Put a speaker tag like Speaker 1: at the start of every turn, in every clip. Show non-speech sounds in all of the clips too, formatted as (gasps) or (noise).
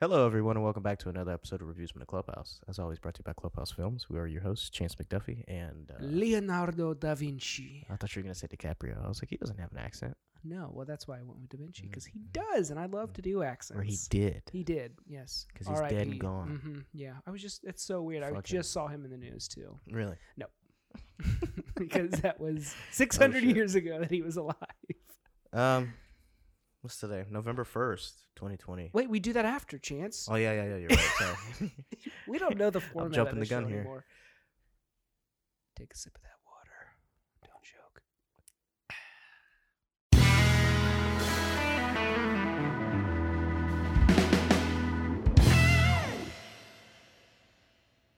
Speaker 1: Hello, everyone, and welcome back to another episode of Reviews from the Clubhouse. As always, brought to you by Clubhouse Films. We are your hosts, Chance McDuffie, and uh,
Speaker 2: Leonardo da Vinci.
Speaker 1: I thought you were going to say DiCaprio. I was like, he doesn't have an accent,
Speaker 2: No, well, that's why I went with da Vinci because he does, and I love to do accents.
Speaker 1: Mm-hmm. or he did.
Speaker 2: He did, yes.
Speaker 1: 'Cause he's dead and
Speaker 2: RIP.
Speaker 1: gone.
Speaker 2: Mhm, Yeah, I was just. It's so weird. I
Speaker 1: Fuck him.
Speaker 2: just saw him in the
Speaker 1: (laughs)
Speaker 2: news too,
Speaker 1: Really?
Speaker 2: because that was 600
Speaker 1: Oh, shit.
Speaker 2: years ago that he was alive.
Speaker 1: Um, what's today? November first, twenty twenty.
Speaker 2: Wait, we do that after Chance.
Speaker 1: Oh yeah, yeah, yeah. You're right. Sorry. (laughs)
Speaker 2: We don't know the format. of
Speaker 1: jumping the
Speaker 2: this show
Speaker 1: gun here.
Speaker 2: Anymore. Take a sip of that water. Don't joke.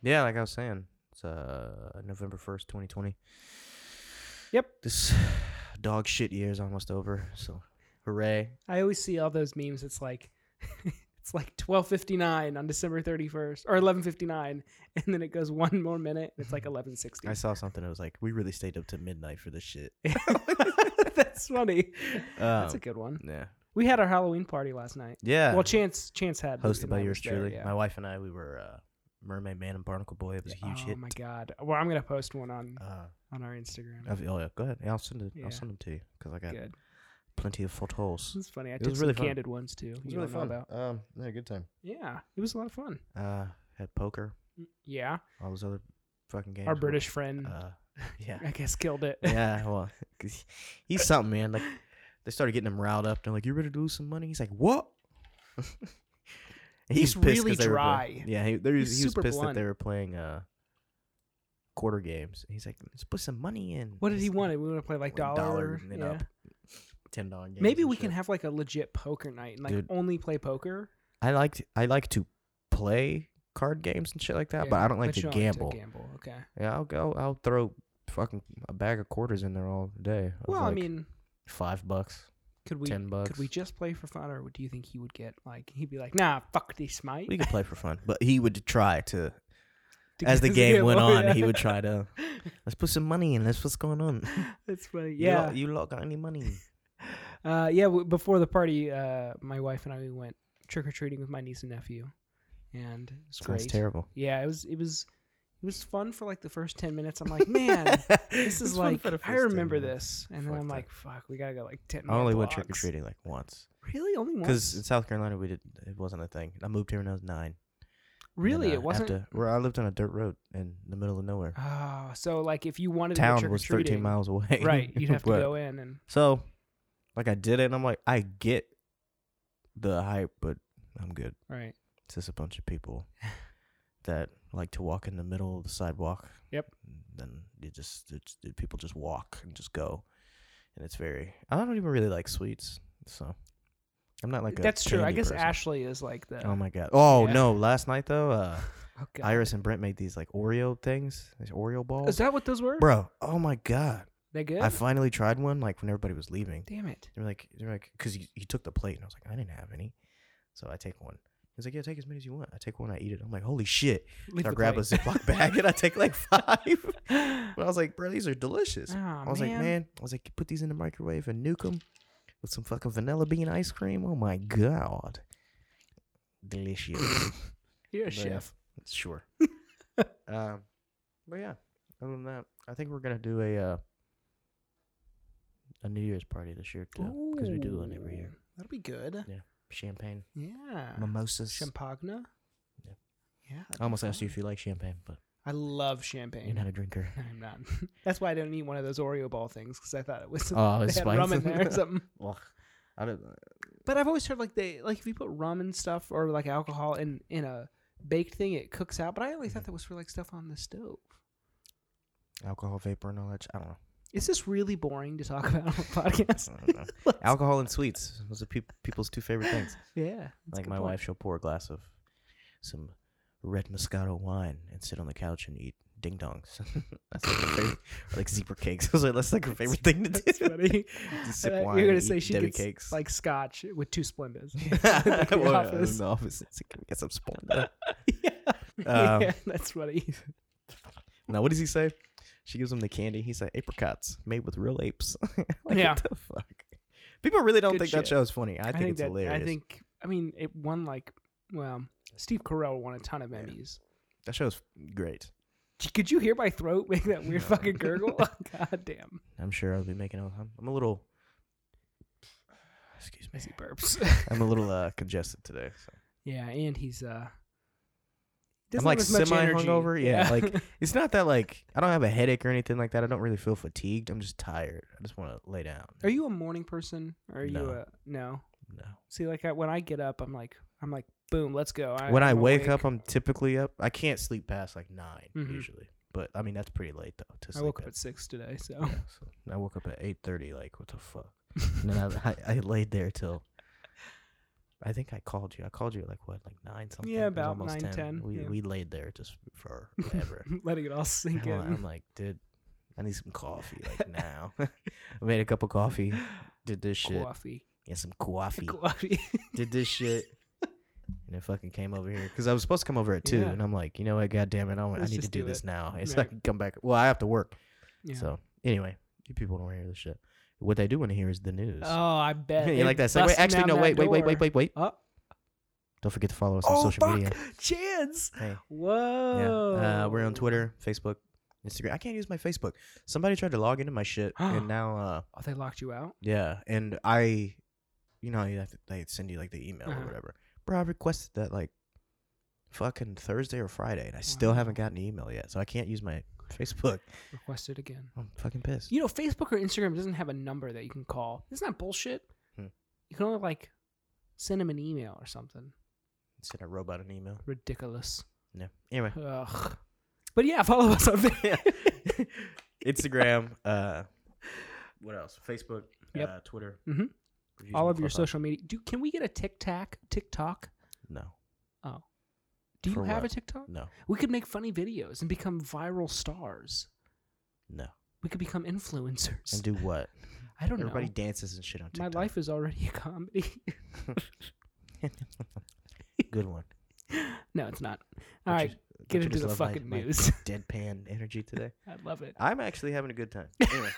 Speaker 1: yeah, like I was saying, it's uh November first, twenty twenty.
Speaker 2: Yep.
Speaker 1: This dog shit year is almost over, so hooray!
Speaker 2: I always see all those memes. It's like (laughs) it's like twelve fifty nine on December thirty first or eleven fifty nine, (laughs) and then it goes one more minute. And
Speaker 1: (laughs)
Speaker 2: it's like eleven sixty.
Speaker 1: I saw something. that was like, we really stayed up to midnight for this shit.
Speaker 2: (laughs) That's funny. That's a
Speaker 1: Um,
Speaker 2: good one.
Speaker 1: Yeah.
Speaker 2: We had our Halloween party last night.
Speaker 1: Yeah.
Speaker 2: Well, Chance Chance had
Speaker 1: hosted
Speaker 2: and
Speaker 1: by
Speaker 2: I
Speaker 1: yours
Speaker 2: was there,
Speaker 1: truly.
Speaker 2: yeah.
Speaker 1: My wife and I, we were uh, Mermaid Man and Barnacle Boy. It was a huge
Speaker 2: oh
Speaker 1: hit.
Speaker 2: my god! Well, I'm gonna post one on
Speaker 1: Uh,
Speaker 2: on our Instagram.
Speaker 1: I've- oh yeah, go ahead. Yeah, I'll send it.
Speaker 2: Yeah.
Speaker 1: I'll send them to you because I got
Speaker 2: Good.
Speaker 1: plenty of photos.
Speaker 2: It's funny. I
Speaker 1: was
Speaker 2: did some
Speaker 1: really fun.
Speaker 2: candid ones too.
Speaker 1: It was
Speaker 2: you
Speaker 1: really
Speaker 2: don't know
Speaker 1: fun.
Speaker 2: about.
Speaker 1: Um, yeah, good time.
Speaker 2: Yeah, it was a lot of fun. Mm,
Speaker 1: Uh, had poker,
Speaker 2: Yeah,
Speaker 1: all those other fucking games.
Speaker 2: our
Speaker 1: were-
Speaker 2: British friend,
Speaker 1: Uh, (laughs) yeah,
Speaker 2: I guess, killed it.
Speaker 1: yeah. Well, 'cause he's something, man. Like they started getting him riled up. They're like, "You ready to lose some money?" He's like, "What?" (laughs) He
Speaker 2: He's
Speaker 1: was pissed
Speaker 2: really
Speaker 1: 'cause they were playing-
Speaker 2: dry.
Speaker 1: Yeah, he, there was,
Speaker 2: He's
Speaker 1: he was
Speaker 2: super
Speaker 1: pissed
Speaker 2: blunt.
Speaker 1: that they were playing uh quarter games. He's like, "Let's put some money in."
Speaker 2: What did he
Speaker 1: It's
Speaker 2: want? We want to play like
Speaker 1: one
Speaker 2: dollar.
Speaker 1: and then
Speaker 2: yeah.
Speaker 1: up. Ten dollar games.
Speaker 2: Maybe
Speaker 1: and
Speaker 2: we
Speaker 1: shit.
Speaker 2: can have like a legit poker night and like
Speaker 1: Dude.
Speaker 2: only play poker.
Speaker 1: I like to, I like to play card games and shit like that, but I don't like to
Speaker 2: you don't
Speaker 1: gamble.
Speaker 2: gamble. Okay.
Speaker 1: Yeah, I'll go. I'll throw fucking a bag of quarters in there all day. of,
Speaker 2: Well, I
Speaker 1: like,
Speaker 2: mean,
Speaker 1: five bucks,
Speaker 2: could we
Speaker 1: ten bucks.
Speaker 2: could we just play for fun, or do you think he would get like he'd be like, nah, fuck this, mate. (laughs)
Speaker 1: We could play for fun, but he would try to.
Speaker 2: To
Speaker 1: As the
Speaker 2: get-
Speaker 1: game
Speaker 2: yeah,
Speaker 1: went
Speaker 2: well,
Speaker 1: on,
Speaker 2: yeah.
Speaker 1: he would try to. Let's put some money in. That's what's going on.
Speaker 2: (laughs) That's funny.
Speaker 1: You
Speaker 2: Yeah.
Speaker 1: lot- you lot, got any
Speaker 2: (laughs)
Speaker 1: money?
Speaker 2: Uh, yeah. w- Before the party, uh, my wife and I we went trick or treating with my niece and nephew, and it was
Speaker 1: That's
Speaker 2: great.
Speaker 1: terrible.
Speaker 2: Yeah, it was it was it was fun for like the first ten minutes. I'm
Speaker 1: (laughs)
Speaker 2: like, man. this is like I remember this, and then
Speaker 1: Fuck
Speaker 2: I'm
Speaker 1: that.
Speaker 2: like, fuck, we gotta go like ten.
Speaker 1: I
Speaker 2: more
Speaker 1: only went trick or
Speaker 2: blocks."
Speaker 1: treating like once
Speaker 2: Really, only once.
Speaker 1: because in South Carolina we did. It wasn't a thing. I moved here when I was nine. and then,
Speaker 2: really,
Speaker 1: uh,
Speaker 2: it wasn't.
Speaker 1: after- where I lived on a dirt road in the middle of nowhere.
Speaker 2: Oh, so like if you wanted to
Speaker 1: Town
Speaker 2: go
Speaker 1: was
Speaker 2: trick or
Speaker 1: 13
Speaker 2: treating,
Speaker 1: miles away.
Speaker 2: (laughs) right? You'd
Speaker 1: (laughs)
Speaker 2: have to
Speaker 1: But-
Speaker 2: go in and
Speaker 1: So, like, I did it, and I'm like, I get the hype, but I'm good.
Speaker 2: right.
Speaker 1: It's just a bunch of
Speaker 2: (laughs)
Speaker 1: people that like to walk in the middle of the sidewalk.
Speaker 2: Yep.
Speaker 1: Then you just it's, it, people just walk and just go, and it's very. I don't even really like sweets, so I'm not like a
Speaker 2: That's true. I
Speaker 1: candy
Speaker 2: guess
Speaker 1: person.
Speaker 2: Ashley is like the.
Speaker 1: Oh my god! Oh
Speaker 2: Yeah.
Speaker 1: no! Last night though, uh,
Speaker 2: Oh, (laughs) God.
Speaker 1: Iris and Brent made these like Oreo things, these Oreo
Speaker 2: Is
Speaker 1: balls.
Speaker 2: that what those were?
Speaker 1: Bro, oh my god!
Speaker 2: They good?
Speaker 1: I finally tried one like when everybody was leaving.
Speaker 2: Damn it!
Speaker 1: They're like, they're like, because he, he took the plate, and I was like, I didn't have any, so I take one. He's like, yeah, take as many as you want. I take one, I eat it. I'm like, holy shit!
Speaker 2: Leave
Speaker 1: So I
Speaker 2: the
Speaker 1: grab
Speaker 2: plate.
Speaker 1: a Ziploc bag and I take
Speaker 2: (laughs)
Speaker 1: like (laughs) five.
Speaker 2: oh,
Speaker 1: But I was like, bro, these are delicious. I was like,
Speaker 2: man.
Speaker 1: man, I was like, put these in the microwave and nuke them with some fucking vanilla bean ice cream. Oh my god,
Speaker 2: (laughs)
Speaker 1: delicious.
Speaker 2: you're a
Speaker 1: but yeah.
Speaker 2: chef. (laughs)
Speaker 1: sure. um, but yeah, other than that, I think we're gonna do a uh, a New Year's party this year too, because we do one every year.
Speaker 2: Ooh, That'll be good.
Speaker 1: champagne,
Speaker 2: Yeah.
Speaker 1: mimosas.
Speaker 2: Champagne.
Speaker 1: Yep.
Speaker 2: Yeah. that'd
Speaker 1: I
Speaker 2: be
Speaker 1: almost asked you
Speaker 2: fun.
Speaker 1: if you like champagne, but
Speaker 2: I love champagne.
Speaker 1: you're not a drinker.
Speaker 2: (laughs)
Speaker 1: (laughs)
Speaker 2: I'm not. That's why I don't eat one of those Oreo ball things because I thought it was
Speaker 1: Oh,
Speaker 2: (laughs) they
Speaker 1: it's
Speaker 2: had rum in
Speaker 1: (laughs)
Speaker 2: there or
Speaker 1: spicy.
Speaker 2: something.
Speaker 1: Ugh. I uh, don't.
Speaker 2: But I've always heard like they like if you put rum and stuff or like alcohol in in a baked thing, it cooks out. But I only thought that was for like stuff on the stove.
Speaker 1: Alcohol vapor and all that. sh- I
Speaker 2: (laughs)
Speaker 1: don't know.
Speaker 2: Is this really boring to talk about on
Speaker 1: (laughs)
Speaker 2: a podcast?
Speaker 1: I don't know. Alcohol and sweets. Those are peop people's two favorite things.
Speaker 2: yeah, that's a
Speaker 1: like
Speaker 2: good
Speaker 1: my
Speaker 2: point.
Speaker 1: wife, she'll pour a glass of some red Moscato wine and sit on the couch and eat ding dongs. (laughs) that's like her favorite. Or like zebra cakes. (laughs) Those are- that's like her favorite thing to do.
Speaker 2: That's funny.
Speaker 1: (laughs) Just sip
Speaker 2: Uh,
Speaker 1: wine
Speaker 2: You're gonna
Speaker 1: and
Speaker 2: say
Speaker 1: eat
Speaker 2: she
Speaker 1: Debbie
Speaker 2: gets
Speaker 1: cakes. (laughs)
Speaker 2: like (laughs) scotch with two Splendas. (laughs)
Speaker 1: like
Speaker 2: your
Speaker 1: In
Speaker 2: office.
Speaker 1: the office. It's like, get some Splenda.
Speaker 2: yeah.
Speaker 1: Um,
Speaker 2: (laughs) yeah, that's funny.
Speaker 1: Now, what does he say? She gives him the candy. He said, "Apricots made with real apes." (laughs) like,
Speaker 2: Yeah.
Speaker 1: What the fuck? People really don't
Speaker 2: Good
Speaker 1: think that
Speaker 2: shit.
Speaker 1: show is funny. I think, it's
Speaker 2: that,
Speaker 1: hilarious.
Speaker 2: I think I mean it won like Well, Steve Carell won a ton of Emmys.
Speaker 1: That show's great.
Speaker 2: Could you hear my throat make that weird fucking gurgle? (laughs)
Speaker 1: (laughs)
Speaker 2: God damn.
Speaker 1: I'm sure I'll be making all the time. I'm a little. Excuse
Speaker 2: (laughs)
Speaker 1: me.
Speaker 2: As he burps.
Speaker 1: (laughs) I'm a little uh, congested today. So.
Speaker 2: yeah, and he's uh
Speaker 1: I'm
Speaker 2: doesn't
Speaker 1: like
Speaker 2: have as much
Speaker 1: semi
Speaker 2: energy.
Speaker 1: hungover. Yeah, (laughs) like it's not that like I don't have a headache or anything like that. I don't really feel fatigued. I'm just tired. I just want to lay down.
Speaker 2: Are you a morning person? Or are you
Speaker 1: No.
Speaker 2: a no?
Speaker 1: No.
Speaker 2: See, like I, when I get up, I'm like, I'm like, boom, let's go. I,
Speaker 1: when I
Speaker 2: I'm
Speaker 1: wake
Speaker 2: awake.
Speaker 1: up, I'm typically up. I can't sleep past like 9
Speaker 2: Mhm.
Speaker 1: usually, but I mean that's pretty late though. To
Speaker 2: I
Speaker 1: sleep
Speaker 2: woke up
Speaker 1: at.
Speaker 2: at six today, so
Speaker 1: Yeah, so I woke up at eight thirty. Like what the fuck?
Speaker 2: (laughs)
Speaker 1: And then I, (laughs) I I laid there till. I think I called you. I called you at like what, like nine something. It was
Speaker 2: about
Speaker 1: almost
Speaker 2: 9, 10,
Speaker 1: We
Speaker 2: yeah.
Speaker 1: we laid there just
Speaker 2: (laughs)
Speaker 1: for forever.
Speaker 2: letting it all sink
Speaker 1: I'm, like,
Speaker 2: in.
Speaker 1: I'm like, dude, I need some coffee like
Speaker 2: (laughs)
Speaker 1: now. (laughs) I made a cup of coffee. Did this shit.
Speaker 2: Coffee,
Speaker 1: Yeah, some coffee.
Speaker 2: (laughs) coffee.
Speaker 1: Did this
Speaker 2: (laughs)
Speaker 1: shit. And it fucking came over here because I was supposed to come over at two,
Speaker 2: Yeah.
Speaker 1: and I'm like, you know what, god damn it, I, want, I
Speaker 2: Let's
Speaker 1: need to
Speaker 2: just
Speaker 1: do,
Speaker 2: do
Speaker 1: this
Speaker 2: it.
Speaker 1: now. (laughs) It's
Speaker 2: Right.
Speaker 1: like come back. Well, I have to work.
Speaker 2: Yeah.
Speaker 1: So anyway, you people don't want to hear this shit. What they do want to hear is the news.
Speaker 2: oh, I
Speaker 1: (laughs)
Speaker 2: bet.
Speaker 1: you like that segue? Actually, no. Wait, wait, wait, wait, wait, wait.
Speaker 2: Oh.
Speaker 1: Don't forget to follow us on
Speaker 2: Oh,
Speaker 1: social
Speaker 2: fuck. Oh.
Speaker 1: media.
Speaker 2: Chance.
Speaker 1: Hey.
Speaker 2: Whoa.
Speaker 1: Yeah. Uh, we're on Twitter, Facebook, Instagram. I can't use my Facebook. Somebody tried to log into my shit,
Speaker 2: (gasps)
Speaker 1: and now, uh,
Speaker 2: Oh, they locked you out?
Speaker 1: yeah, and I, you know, how you have to, they send you like the email
Speaker 2: Uh-huh.
Speaker 1: or whatever. Bro, I requested that like fucking Thursday or Friday, and I still
Speaker 2: Wow.
Speaker 1: haven't gotten an email yet, so I can't use my (laughs) Facebook.
Speaker 2: Request it again.
Speaker 1: I'm fucking pissed.
Speaker 2: You know, Facebook or Instagram doesn't have a number that you can call. Isn't that bullshit?
Speaker 1: Hmm.
Speaker 2: You can only like send them an email or something.
Speaker 1: Send a robot an email.
Speaker 2: Ridiculous.
Speaker 1: No. Anyway. (laughs)
Speaker 2: Ugh. But yeah, (laughs) follow us on Facebook.
Speaker 1: Instagram. Uh, what else? Facebook.
Speaker 2: Yep.
Speaker 1: Uh, Twitter.
Speaker 2: Mhm.
Speaker 1: Reviews
Speaker 2: All
Speaker 1: on
Speaker 2: of your
Speaker 1: Clubhouse.
Speaker 2: social media. Do can we get a TikTok? TikTok?
Speaker 1: No,
Speaker 2: Do you
Speaker 1: For
Speaker 2: have a
Speaker 1: what?
Speaker 2: TikTok?
Speaker 1: no,
Speaker 2: We could make funny videos and become viral stars.
Speaker 1: no.
Speaker 2: We could become
Speaker 1: And
Speaker 2: influencers.
Speaker 1: do what?
Speaker 2: I don't
Speaker 1: Everybody
Speaker 2: know.
Speaker 1: dances and shit on
Speaker 2: My
Speaker 1: TikTok.
Speaker 2: life is already (laughs) a comedy.
Speaker 1: Good one.
Speaker 2: no, it's not.
Speaker 1: Don't
Speaker 2: All
Speaker 1: you-
Speaker 2: right,
Speaker 1: don't
Speaker 2: get
Speaker 1: you
Speaker 2: into
Speaker 1: just
Speaker 2: the
Speaker 1: love my-
Speaker 2: fucking
Speaker 1: my
Speaker 2: news. (laughs)
Speaker 1: Deadpan energy today.
Speaker 2: I love it.
Speaker 1: I'm actually having a good
Speaker 2: (laughs)
Speaker 1: time. Anyway,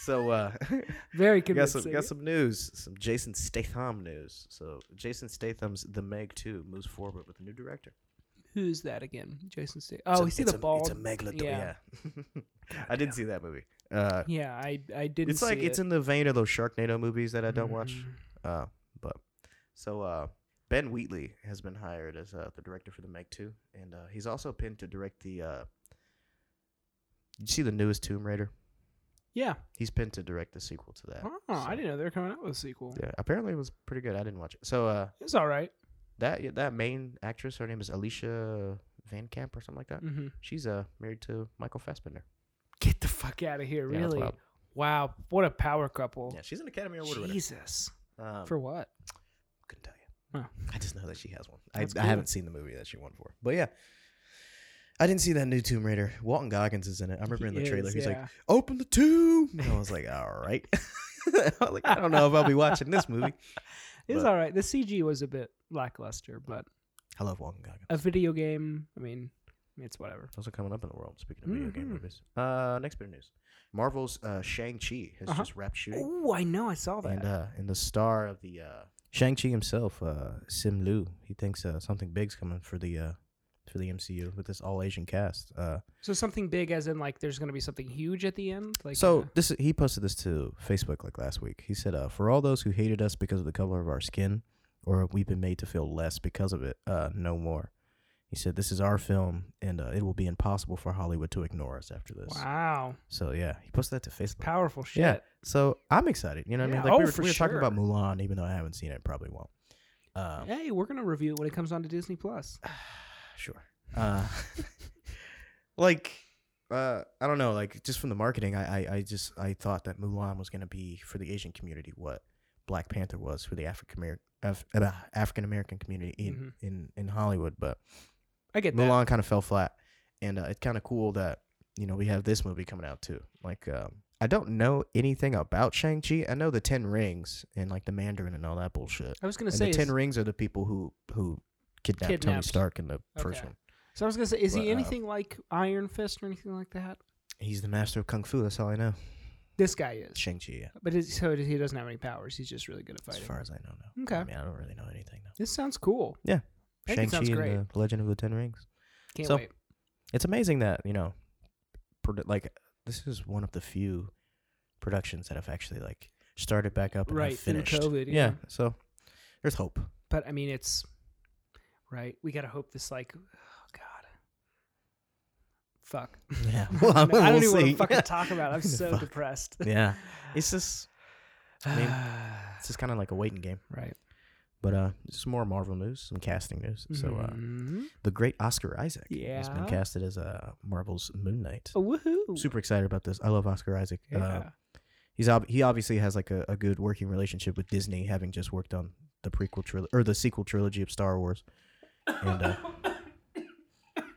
Speaker 1: so uh, (laughs)
Speaker 2: Very
Speaker 1: we got some
Speaker 2: convincing.
Speaker 1: got some news, some Jason Statham news. So Jason Statham's The Meg 2 moves forward with a new director.
Speaker 2: Who's that again? Jason Statham.
Speaker 1: It's
Speaker 2: Oh,
Speaker 1: a-
Speaker 2: we see
Speaker 1: it's
Speaker 2: the
Speaker 1: a-
Speaker 2: bald.
Speaker 1: It's a megalodon. Yeah,
Speaker 2: Yeah.
Speaker 1: (laughs) I did see that movie. Uh,
Speaker 2: Yeah, I I (laughs) didn't.
Speaker 1: it's like
Speaker 2: see
Speaker 1: it's
Speaker 2: it.
Speaker 1: in the vein of those Sharknado movies that I don't watch.
Speaker 2: Mhm.
Speaker 1: Uh, but so uh, Ben Wheatley has been hired as uh, the director for the Meg Two, and uh, he's also pinned to direct the. Uh, you see the newest Tomb Raider?
Speaker 2: Yeah.
Speaker 1: He's pinned to direct the sequel to that.
Speaker 2: Oh,
Speaker 1: so-
Speaker 2: I didn't know they were coming out with a sequel.
Speaker 1: Yeah, apparently it was pretty good. I didn't watch it. So uh,
Speaker 2: It's all right.
Speaker 1: that that main actress, her name is Alicia Van Camp or something like that.
Speaker 2: Mm-hmm.
Speaker 1: She's uh married to Michael Fassbender.
Speaker 2: Get the fuck out of here!
Speaker 1: Yeah, that's
Speaker 2: Really?
Speaker 1: wild.
Speaker 2: wow, what a power couple.
Speaker 1: Yeah, she's an Academy Award winner.
Speaker 2: Jesus.
Speaker 1: Um,
Speaker 2: For what?
Speaker 1: Couldn't tell you.
Speaker 2: Oh.
Speaker 1: I just know that she has one. I,
Speaker 2: That's
Speaker 1: I
Speaker 2: cool.
Speaker 1: haven't seen the movie that she won for. But yeah. I didn't see that new Tomb Raider. Walton Goggins is in it. I remember in the
Speaker 2: He
Speaker 1: trailer,
Speaker 2: is,
Speaker 1: he's like,
Speaker 2: yeah.
Speaker 1: open the
Speaker 2: (laughs)
Speaker 1: tomb. And I was like, all right. (laughs) like, I don't know if I'll
Speaker 2: (laughs)
Speaker 1: be watching this movie.
Speaker 2: "It's
Speaker 1: but-
Speaker 2: all right." The CG was a bit lackluster, but
Speaker 1: I love Walton Goggins.
Speaker 2: a video game. I mean, it's whatever.
Speaker 1: Also coming up in the world, speaking of video game
Speaker 2: Mhm.
Speaker 1: movies. Uh, next bit of news Marvel's uh, Shang-Chi has
Speaker 2: Uh-huh.
Speaker 1: just wrapped shooting.
Speaker 2: Oh, I know. I saw that.
Speaker 1: And uh, and the star of the uh, Shang Chi himself, uh, Sim Liu, he thinks uh, something big's coming for the uh, for the MCU with this all Asian cast. Uh,
Speaker 2: so something big, as in like there's going to be something huge at the end. Like
Speaker 1: so
Speaker 2: uh,
Speaker 1: this is, he posted this to Facebook like last week. He said, uh, "For all those who hated us because of the color of our skin, or we've been made to feel less because of it, uh, no more." He said, "This is our film, and uh, it will be impossible for Hollywood to ignore us after this."
Speaker 2: uh, wow,
Speaker 1: So yeah, he posted that to Facebook.
Speaker 2: powerful shit.
Speaker 1: Yeah. So I'm excited. You know what I
Speaker 2: Yeah.
Speaker 1: mean? Like
Speaker 2: Oh,
Speaker 1: we were,
Speaker 2: for
Speaker 1: we were talking about
Speaker 2: sure.
Speaker 1: Mulan, even though I haven't seen it, and probably won't. Um,
Speaker 2: Hey, we're gonna review it when it comes on to Disney Plus.
Speaker 1: sure. Uh, (laughs) like, uh, I don't know. Like, just from the marketing, I, I, I just I thought that Mulan was gonna be for the Asian community what Black Panther was for the African American Af- uh, African American community in,
Speaker 2: Mhm.
Speaker 1: in in Hollywood, but
Speaker 2: I get that.
Speaker 1: Mulan kind of fell flat, and uh, it's kind of cool that you know we have this movie coming out too. Like, um, I don't know anything about Shang Chi. I know the Ten Rings and like the Mandarin and all that bullshit.
Speaker 2: I was gonna
Speaker 1: And
Speaker 2: say
Speaker 1: the
Speaker 2: is-
Speaker 1: Ten Rings are the people who who kidnapped, Tony
Speaker 2: Kidnapped.
Speaker 1: Stark in the first
Speaker 2: Okay.
Speaker 1: one.
Speaker 2: So I was gonna say, is
Speaker 1: But,
Speaker 2: he
Speaker 1: uh,
Speaker 2: anything like Iron Fist or anything like that?
Speaker 1: He's the master of kung fu. That's all I know.
Speaker 2: This guy is,
Speaker 1: Shang Chi, yeah.
Speaker 2: but is, so does- he doesn't have any powers. He's just really good at
Speaker 1: As
Speaker 2: fighting.
Speaker 1: far as I know, no.
Speaker 2: Okay.
Speaker 1: I mean, I don't really know anything. No.
Speaker 2: This sounds cool.
Speaker 1: Yeah.
Speaker 2: I think it
Speaker 1: Shang-Chi
Speaker 2: sounds
Speaker 1: and
Speaker 2: great.
Speaker 1: the Legend of the Ten Rings.
Speaker 2: Can't
Speaker 1: So-
Speaker 2: wait.
Speaker 1: It's amazing that, you know, produ- like this is one of the few productions that have actually like started back up and have
Speaker 2: Right, through
Speaker 1: finished.
Speaker 2: COVID,
Speaker 1: yeah.
Speaker 2: yeah.
Speaker 1: so there's
Speaker 2: (laughs)
Speaker 1: hope.
Speaker 2: But I mean, it's right. We gotta hope this like, oh god, fuck.
Speaker 1: Yeah.
Speaker 2: (laughs) I don't know- I don't
Speaker 1: (laughs) we'll
Speaker 2: even want
Speaker 1: see.
Speaker 2: to
Speaker 1: (laughs)
Speaker 2: fucking talk about. it. I'm so
Speaker 1: Fuck.
Speaker 2: depressed.
Speaker 1: yeah. (laughs) It's just I mean, it's just kind of like a waiting game.
Speaker 2: (sighs) right.
Speaker 1: But uh just more Marvel news, some casting news. So uh
Speaker 2: Mhm.
Speaker 1: the great Oscar Isaac has been
Speaker 2: Yeah.
Speaker 1: casted as uh, Marvel's Moon Knight.
Speaker 2: oh, woohoo!
Speaker 1: Super excited about this. I love Oscar Isaac.
Speaker 2: Yeah.
Speaker 1: Uh, he's ob- he obviously has like a, a good working relationship with Disney, having just worked on the prequel trilogy or the sequel trilogy of Star Wars. And uh,
Speaker 2: (laughs)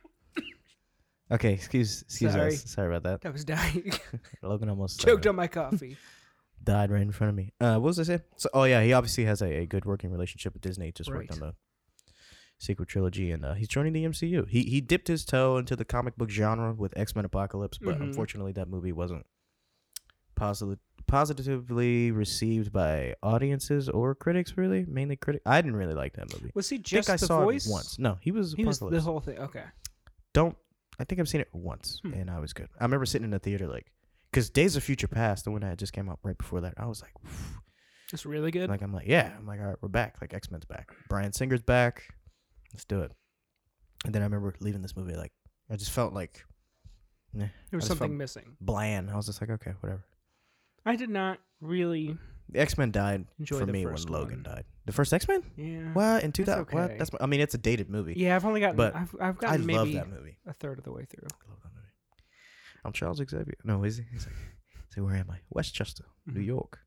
Speaker 1: okay, excuse excuse
Speaker 2: Sorry.
Speaker 1: us. Sorry about
Speaker 2: I was dying. (laughs)
Speaker 1: that. Logan almost uh,
Speaker 2: Choked on my coffee.
Speaker 1: died right in front of me. Uh, what was I say? So, oh yeah, he obviously has a, a good working relationship with Disney. Just worked on
Speaker 2: Right.
Speaker 1: the sequel trilogy, and uh, he's joining the MCU. He he dipped his toe into the comic book genre with X Men Apocalypse, but
Speaker 2: Mhm.
Speaker 1: unfortunately, that movie wasn't positive positively received by audiences or critics. Really, mainly critics. I didn't really like that movie.
Speaker 2: Was he
Speaker 1: I think
Speaker 2: just
Speaker 1: I
Speaker 2: the
Speaker 1: saw
Speaker 2: voice?
Speaker 1: it once. No, he was
Speaker 2: He was
Speaker 1: Apocalypse.
Speaker 2: the whole thing. Okay.
Speaker 1: Don't. I think I've seen it once,
Speaker 2: Hmm.
Speaker 1: and I was good. I remember sitting in the theater like. Because Days of Future Past, the one that just came out right before that, I was like,
Speaker 2: It's really good.
Speaker 1: like I'm like, yeah. I'm like, all right, we're back. Like X Men's back. Brian Singer's back. Let's do it. And then I remember leaving this movie like I just felt like
Speaker 2: there was
Speaker 1: I just
Speaker 2: something
Speaker 1: felt-
Speaker 2: missing.
Speaker 1: bland. I was just like, okay, whatever.
Speaker 2: I did not really.
Speaker 1: The X Men died
Speaker 2: Enjoy
Speaker 1: for
Speaker 2: the
Speaker 1: me when
Speaker 2: first
Speaker 1: Logan
Speaker 2: one.
Speaker 1: died. The first X Men?
Speaker 2: Yeah.
Speaker 1: What in 2000?
Speaker 2: okay.
Speaker 1: What? That's I mean, it's a dated movie.
Speaker 2: Yeah, I've only gotten.
Speaker 1: But
Speaker 2: I've, I've
Speaker 1: I
Speaker 2: gotten maybe
Speaker 1: love that movie.
Speaker 2: a third of the way through.
Speaker 1: I love that movie. I'm Charles Xavier. No, is he? He's like, (laughs) so where am I? Westchester, New
Speaker 2: Mhm.
Speaker 1: York.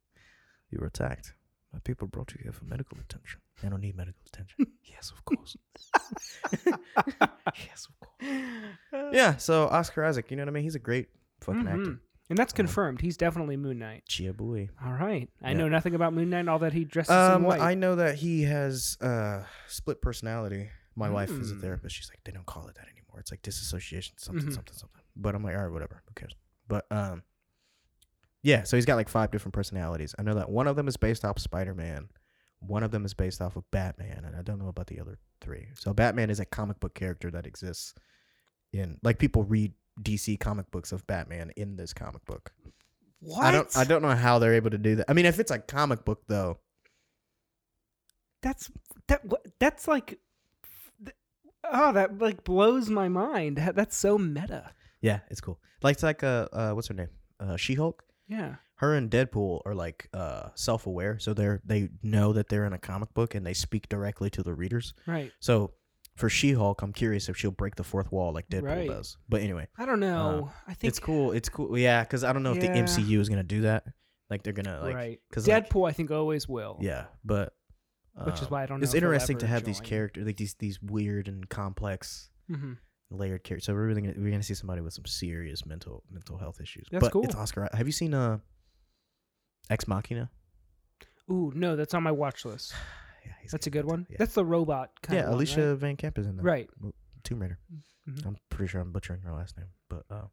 Speaker 1: You were attacked. My people brought you here for medical attention. I don't need medical attention.
Speaker 2: (laughs)
Speaker 1: yes, of course. yes, of course. Yeah, so Oscar Isaac, you know what I mean? He's a great fucking actor.
Speaker 2: Mhm. And that's
Speaker 1: Um,
Speaker 2: confirmed. He's definitely Moon Knight.
Speaker 1: Chia Bowie.
Speaker 2: All right. I
Speaker 1: Yeah.
Speaker 2: know nothing about Moon Knight and all that he dresses in
Speaker 1: Um,
Speaker 2: white.
Speaker 1: I know that he has uh split personality. My wife is a
Speaker 2: Mm.
Speaker 1: therapist. She's like, they don't call it that anymore. It's like disassociation, something,
Speaker 2: Mhm.
Speaker 1: something, something. But I'm like, all right, whatever. Who cares? But um, yeah. So he's got like five different personalities. I know that one of them is based off Spider Man. One of them is based off of Batman, and I don't know about the other three. So Batman is a comic book character that exists in like people read DC comic books of Batman in this comic book.
Speaker 2: what?
Speaker 1: I don't I don't know how they're able to do that. I mean, if it's a comic book though,
Speaker 2: That's that. what- That's like. th- Oh, that like blows my mind. Ha- That's so meta.
Speaker 1: yeah, it's cool. Like it's like uh, uh what's her name? Uh She-Hulk.
Speaker 2: Yeah.
Speaker 1: Her and Deadpool are like uh self-aware, so they're they know that they're in a comic book and they speak directly to the readers.
Speaker 2: Right.
Speaker 1: So for She-Hulk, I'm curious if she'll break the fourth wall like Deadpool
Speaker 2: Right.
Speaker 1: does. But anyway,
Speaker 2: I don't know. I think
Speaker 1: Uh, it's cool. It's cool. Yeah, cuz I don't know if
Speaker 2: Yeah.
Speaker 1: the MCU is going to do that. Like they're going to like
Speaker 2: right.
Speaker 1: 'cause, like-
Speaker 2: Deadpool, I think, always will.
Speaker 1: yeah, but
Speaker 2: Which is
Speaker 1: um,
Speaker 2: why I don't. know
Speaker 1: it's
Speaker 2: if he'll
Speaker 1: interesting to
Speaker 2: ever
Speaker 1: have these
Speaker 2: join.
Speaker 1: character like these these weird and complex
Speaker 2: Mhm.
Speaker 1: layered character. So we're really gonna, we're gonna see somebody with some serious mental mental health issues.
Speaker 2: That's
Speaker 1: but It's
Speaker 2: cool.
Speaker 1: Oscar. Have you seen uh, Ex Machina?
Speaker 2: Ooh, no, that's on my watch list.
Speaker 1: Yeah, he's
Speaker 2: That's a
Speaker 1: in
Speaker 2: good
Speaker 1: that,
Speaker 2: one.
Speaker 1: Yeah,
Speaker 2: That's the robot kind
Speaker 1: yeah
Speaker 2: of one,
Speaker 1: Alicia Van Camp is in
Speaker 2: Right.
Speaker 1: that.
Speaker 2: Right.
Speaker 1: Tomb Raider.
Speaker 2: Mhm.
Speaker 1: I'm pretty sure I'm butchering her last name, but uh,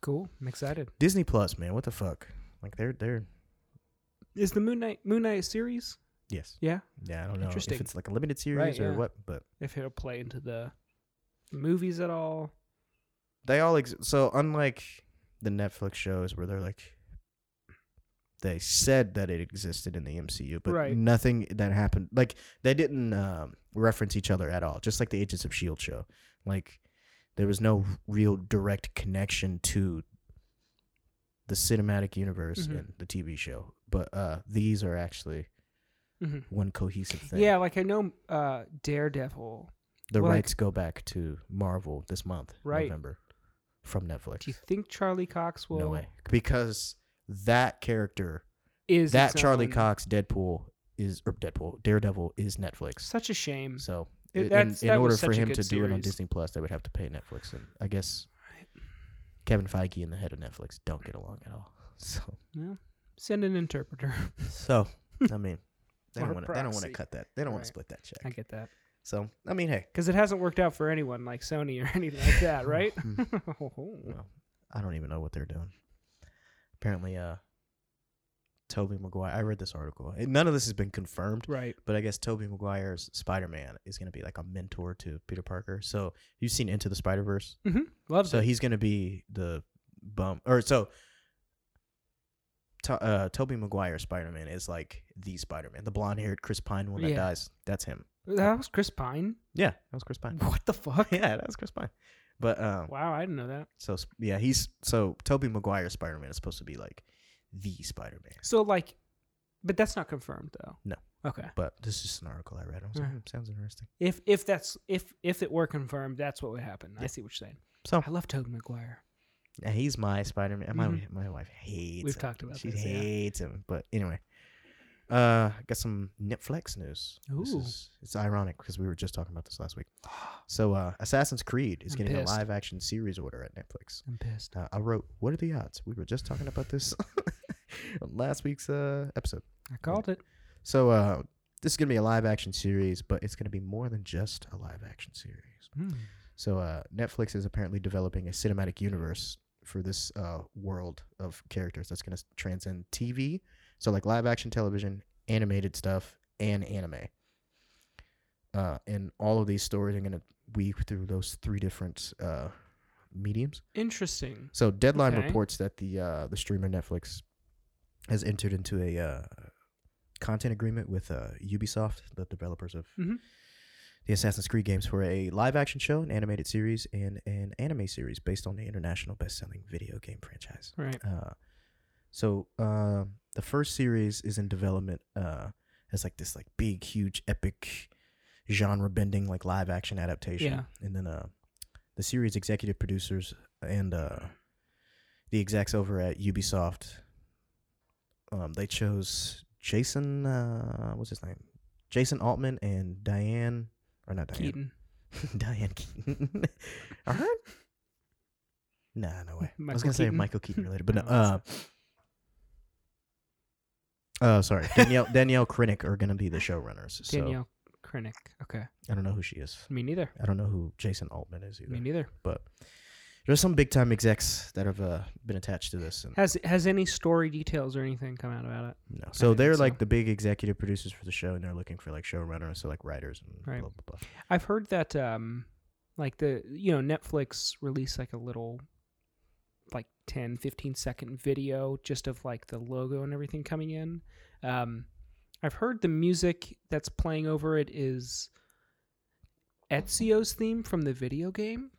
Speaker 2: Cool. I'm excited.
Speaker 1: Disney Plus, man, what the fuck? Like they're they're
Speaker 2: Is the Moon Knight Moon Knight a series?
Speaker 1: yes.
Speaker 2: Yeah.
Speaker 1: Yeah, I don't know
Speaker 2: Interesting.
Speaker 1: if it's like a limited series
Speaker 2: Right,
Speaker 1: or
Speaker 2: yeah.
Speaker 1: what, but
Speaker 2: If it'll play into the movies at all.
Speaker 1: they all ex- so unlike the Netflix shows where they're like they said that it existed in the MCU, but
Speaker 2: Right.
Speaker 1: nothing that happened like they didn't um, reference each other at all. Just like the Agents of Shield E show, like there was no real direct connection to the cinematic universe
Speaker 2: Mhm.
Speaker 1: and the TV show. But uh, these are actually
Speaker 2: Mhm.
Speaker 1: one cohesive thing.
Speaker 2: Yeah, like I know uh, Daredevil.
Speaker 1: the
Speaker 2: well, like-
Speaker 1: rights go back to Marvel this month,
Speaker 2: Right.
Speaker 1: November, from Netflix.
Speaker 2: Do you think Charlie Cox will
Speaker 1: no way. Because that character,
Speaker 2: is
Speaker 1: that
Speaker 2: its
Speaker 1: Charlie
Speaker 2: own-
Speaker 1: Cox Deadpool is or Deadpool Daredevil is Netflix.
Speaker 2: Such a shame.
Speaker 1: So
Speaker 2: Mm-hmm.
Speaker 1: i-
Speaker 2: It-
Speaker 1: in,
Speaker 2: that's-
Speaker 1: in
Speaker 2: that was
Speaker 1: order
Speaker 2: such
Speaker 1: for
Speaker 2: a
Speaker 1: him to
Speaker 2: good
Speaker 1: do it on
Speaker 2: series.
Speaker 1: Disney Plus, they would have to pay Netflix, and I guess Kevin Feige and the head of Netflix don't get along at all. (laughs) So,
Speaker 2: Yeah. Send
Speaker 1: (laughs)
Speaker 2: an interpreter.
Speaker 1: so I mean, they
Speaker 2: Or
Speaker 1: don't want to. They don't want to
Speaker 2: proxy.
Speaker 1: cut that. They don't want
Speaker 2: Right.
Speaker 1: to split that check.
Speaker 2: I get that.
Speaker 1: So I mean, hey,
Speaker 2: Because it hasn't worked out for anyone like Sony or (laughs) anything like
Speaker 1: (laughs)
Speaker 2: that, right? (laughs)
Speaker 1: Hmm. well, I don't even know what they're doing. Apparently, uh, Toby Maguire. I read this article. and None of this has been confirmed,
Speaker 2: Right.
Speaker 1: but I guess Toby Maguire's Spider-Man is going to be like a mentor to Peter Parker. So you've seen Into the Spider-Verse.
Speaker 2: Loves
Speaker 1: So
Speaker 2: it.
Speaker 1: he's going to be the bum or so To- uh, Toby Maguire Spider-Man is like the Spider-Man, the blonde-haired Chris Pine one that
Speaker 2: Yeah.
Speaker 1: dies. That's him.
Speaker 2: That was Chris Pine.
Speaker 1: Yeah, that was Chris Pine.
Speaker 2: (laughs) What the fuck?
Speaker 1: yeah, that was Chris Pine. But um
Speaker 2: Wow, I didn't know that.
Speaker 1: so sp- yeah, he's so Toby Maguire Spider-Man is supposed to be like the Spider-Man.
Speaker 2: So like, but that's not confirmed though.
Speaker 1: No.
Speaker 2: Okay.
Speaker 1: But this is just an article I read. I was like,
Speaker 2: Yeah.
Speaker 1: "Hmm, sounds interesting.
Speaker 2: If if that's if if it were confirmed, that's what would happen. I
Speaker 1: Yeah.
Speaker 2: see what you're saying.
Speaker 1: So
Speaker 2: I love Tobey Maguire.
Speaker 1: yeah, he's my Spider-Man. My
Speaker 2: Mhm.
Speaker 1: my wife hates.
Speaker 2: We've
Speaker 1: him.
Speaker 2: talked about
Speaker 1: She
Speaker 2: this, yeah.
Speaker 1: hates him. But anyway, uh, got some Netflix news. This
Speaker 2: Ooh.
Speaker 1: is, it's ironic because we were just talking about this last week. So uh, Assassin's Creed is
Speaker 2: I'm
Speaker 1: getting
Speaker 2: pissed.
Speaker 1: a live-action series order at Netflix.
Speaker 2: (laughs) I'm pissed.
Speaker 1: Uh, I wrote, "What are the odds?" We were just talking about this (laughs) on last week's uh, episode.
Speaker 2: I called it.
Speaker 1: So uh, this is gonna be a live action series, but it's gonna be more than just a live action series.
Speaker 2: Hmm.
Speaker 1: So uh, Netflix is apparently developing a cinematic universe for this uh, world of characters that's gonna s- transcend TV, so like live action television, animated stuff, and anime. Uh, and all of these stories are gonna weave through those three different uh, mediums.
Speaker 2: Interesting.
Speaker 1: So Deadline
Speaker 2: Okay.
Speaker 1: reports that the uh, the streamer Netflix has entered into a uh, content agreement with uh, Ubisoft, the developers of
Speaker 2: Mhm.
Speaker 1: the Assassin's Creed games, for a live action show, an animated series, and an anime series based on the international best selling video game franchise.
Speaker 2: Right.
Speaker 1: Uh, so uh, the first series is in development uh, as like this like big, huge, epic, genre bending like live action adaptation.
Speaker 2: Yeah.
Speaker 1: And then uh, the series executive producers and uh, the execs over at Ubisoft, um, they chose Jason. Uh, what's his name? Jason Altman and Diane, or not Diane,
Speaker 2: Keaton.
Speaker 1: (laughs) Diane Keaton. All right. Nah, no way. I
Speaker 2: Michael
Speaker 1: was gonna say
Speaker 2: Keaton.
Speaker 1: Michael Keaton related,
Speaker 2: (laughs)
Speaker 1: but no.
Speaker 2: No,
Speaker 1: Uh, uh, sorry, Danielle Danielle Krennic are gonna be the showrunners. So
Speaker 2: Danielle Krennic. Okay.
Speaker 1: I don't know who she is.
Speaker 2: Me neither.
Speaker 1: I don't know who Jason Altman is either.
Speaker 2: Me neither.
Speaker 1: But there's some big time execs that have uh, been attached to this. And,
Speaker 2: Has has any story details or anything come out about it?
Speaker 1: no,
Speaker 2: I
Speaker 1: so
Speaker 2: think
Speaker 1: they're
Speaker 2: so.
Speaker 1: like the big executive producers for the show, and they're looking for like showrunners, so like writers and
Speaker 2: Right.
Speaker 1: blah blah blah.
Speaker 2: I've heard that um like the you know Netflix released like a little like 10 15 second video just of like the logo and everything coming in. Um I've heard the music that's playing over it is Ezio's theme from the video game,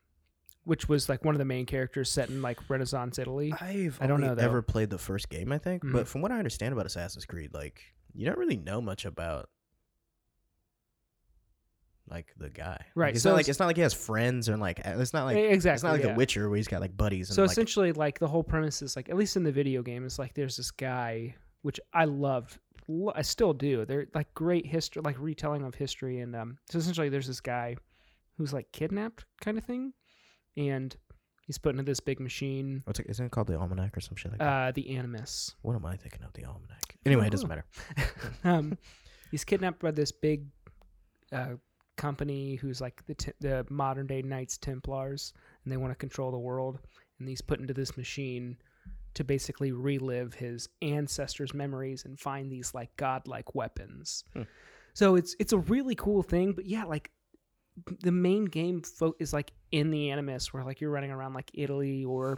Speaker 2: which was like one of the main characters set in like Renaissance Italy.
Speaker 1: I've
Speaker 2: I don't
Speaker 1: only
Speaker 2: know, though.
Speaker 1: ever played the first game, I think.
Speaker 2: Mhm.
Speaker 1: But from what I understand about Assassin's Creed, like you don't really know much about like the guy. Like,
Speaker 2: Right,
Speaker 1: it's
Speaker 2: so
Speaker 1: not
Speaker 2: it's-
Speaker 1: like it's not like he has friends or like it's not like
Speaker 2: Eh, exactly.
Speaker 1: it's not like
Speaker 2: yeah.
Speaker 1: The Witcher where he's got like buddies and
Speaker 2: So
Speaker 1: like
Speaker 2: essentially, like the whole premise is like, at least in the video game, it's like there's this guy, which I loved, lo- I still do. They're like great history, like retelling of history, and um, so essentially, there's this guy who's like kidnapped, kind of thing, and he's put into this big machine,
Speaker 1: what's it, isn't it called the Almanac or some shit like that?
Speaker 2: uh, the Animus.
Speaker 1: What am I thinking of the
Speaker 2: (laughs)
Speaker 1: Almanac? Anyway, it doesn't
Speaker 2: know.
Speaker 1: matter.
Speaker 2: (laughs) um, he's kidnapped by this big uh, company who's like the t- the modern day Knights Templars, and they want to control the world. And he's put into this machine to basically relive his ancestors' memories and find these like godlike weapons.
Speaker 1: Hmm.
Speaker 2: So it's it's a really cool thing, but yeah, like the main game fo- is like in the animus where like you're running around like Italy or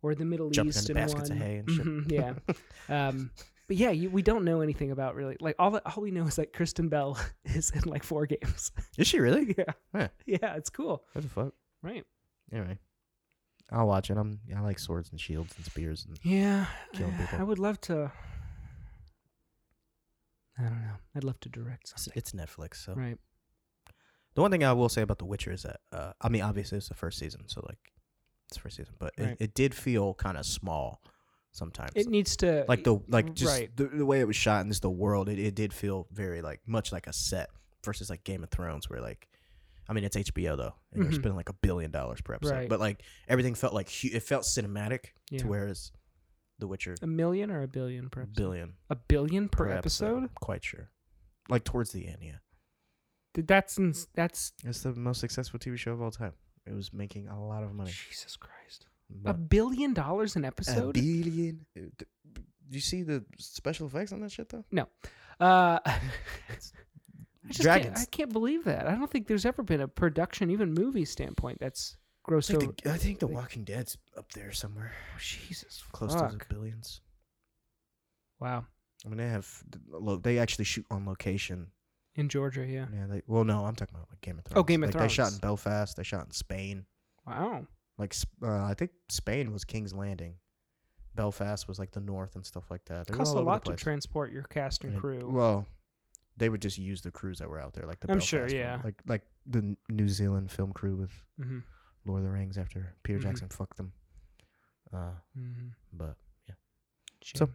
Speaker 2: or the Middle
Speaker 1: Jumping
Speaker 2: East
Speaker 1: into
Speaker 2: in
Speaker 1: baskets of
Speaker 2: one.
Speaker 1: hay and shit.
Speaker 2: Mhm,
Speaker 1: (laughs)
Speaker 2: yeah. Um, but yeah, you, we don't know anything about really like all that. All we know is that Kristen Bell (laughs) is in like four games. (laughs)
Speaker 1: Is she really?
Speaker 2: yeah,
Speaker 1: Huh.
Speaker 2: yeah, it's cool,
Speaker 1: What the fuck?
Speaker 2: right?
Speaker 1: Anyway, I'll watch it. I'm I like swords and shields and spears and
Speaker 2: Yeah,
Speaker 1: Killing
Speaker 2: I-
Speaker 1: people.
Speaker 2: I would love to. I don't know. I'd love to direct
Speaker 1: it's,
Speaker 2: something,
Speaker 1: it's Netflix. So
Speaker 2: right?
Speaker 1: The one thing I will say about The Witcher is that, uh, I mean, obviously it's the first season, so like it's first season, but
Speaker 2: Right.
Speaker 1: it, it did feel kind of small sometimes.
Speaker 2: It needs to
Speaker 1: like the like just
Speaker 2: right.
Speaker 1: the, the way it was shot and just the world, it, it did feel very like much like a set versus like Game of Thrones, where like, I mean, it's HBO though, and
Speaker 2: Mhm.
Speaker 1: you're spending like a billion dollars per episode,
Speaker 2: Right.
Speaker 1: but like everything felt like hu- it felt cinematic.
Speaker 2: Yeah.
Speaker 1: To whereas The Witcher,
Speaker 2: a million or a billion per episode?
Speaker 1: billion
Speaker 2: a billion per, episode.
Speaker 1: I'm quite sure. Like towards the end, yeah.
Speaker 2: Th- That's ins- that's
Speaker 1: It's the most successful TV show of all time. It was making a lot of money.
Speaker 2: Jesus Christ. A billion dollars an
Speaker 1: a
Speaker 2: episode?
Speaker 1: billion. Uh, th- you see the special effects on that shit though?
Speaker 2: Uh, (laughs) I just can't,
Speaker 1: Dragons.
Speaker 2: I can't believe that. I don't think there's ever been a production, even movie standpoint, that's grossed
Speaker 1: I
Speaker 2: over.
Speaker 1: think, the, I think The Walking Dead's up there somewhere,
Speaker 2: Oh, Jesus,
Speaker 1: close to the
Speaker 2: fuck.
Speaker 1: billions.
Speaker 2: Wow,
Speaker 1: I mean, they have look. They actually shoot on location.
Speaker 2: in Georgia, yeah.
Speaker 1: Yeah. They, well, no, I'm talking about like Game of Thrones.
Speaker 2: Oh, Game of
Speaker 1: like, They shot
Speaker 2: Thrones.
Speaker 1: in Belfast. They shot in Spain.
Speaker 2: Wow,
Speaker 1: Like Sp- uh, I think Spain was King's Landing. Belfast was like the north and stuff like that. They were
Speaker 2: costs
Speaker 1: all
Speaker 2: a
Speaker 1: over the
Speaker 2: lot to
Speaker 1: place.
Speaker 2: transport your cast and
Speaker 1: And it-
Speaker 2: crew.
Speaker 1: Well, they would just use the crews that were out there, like the
Speaker 2: I'm
Speaker 1: Belfast
Speaker 2: sure,
Speaker 1: one,
Speaker 2: yeah.
Speaker 1: like like the N- New Zealand film crew with
Speaker 2: mm-hmm.
Speaker 1: Lord of the Rings after Peter
Speaker 2: Mhm.
Speaker 1: Jackson fucked them. Uh,
Speaker 2: Mm-hmm.
Speaker 1: but So-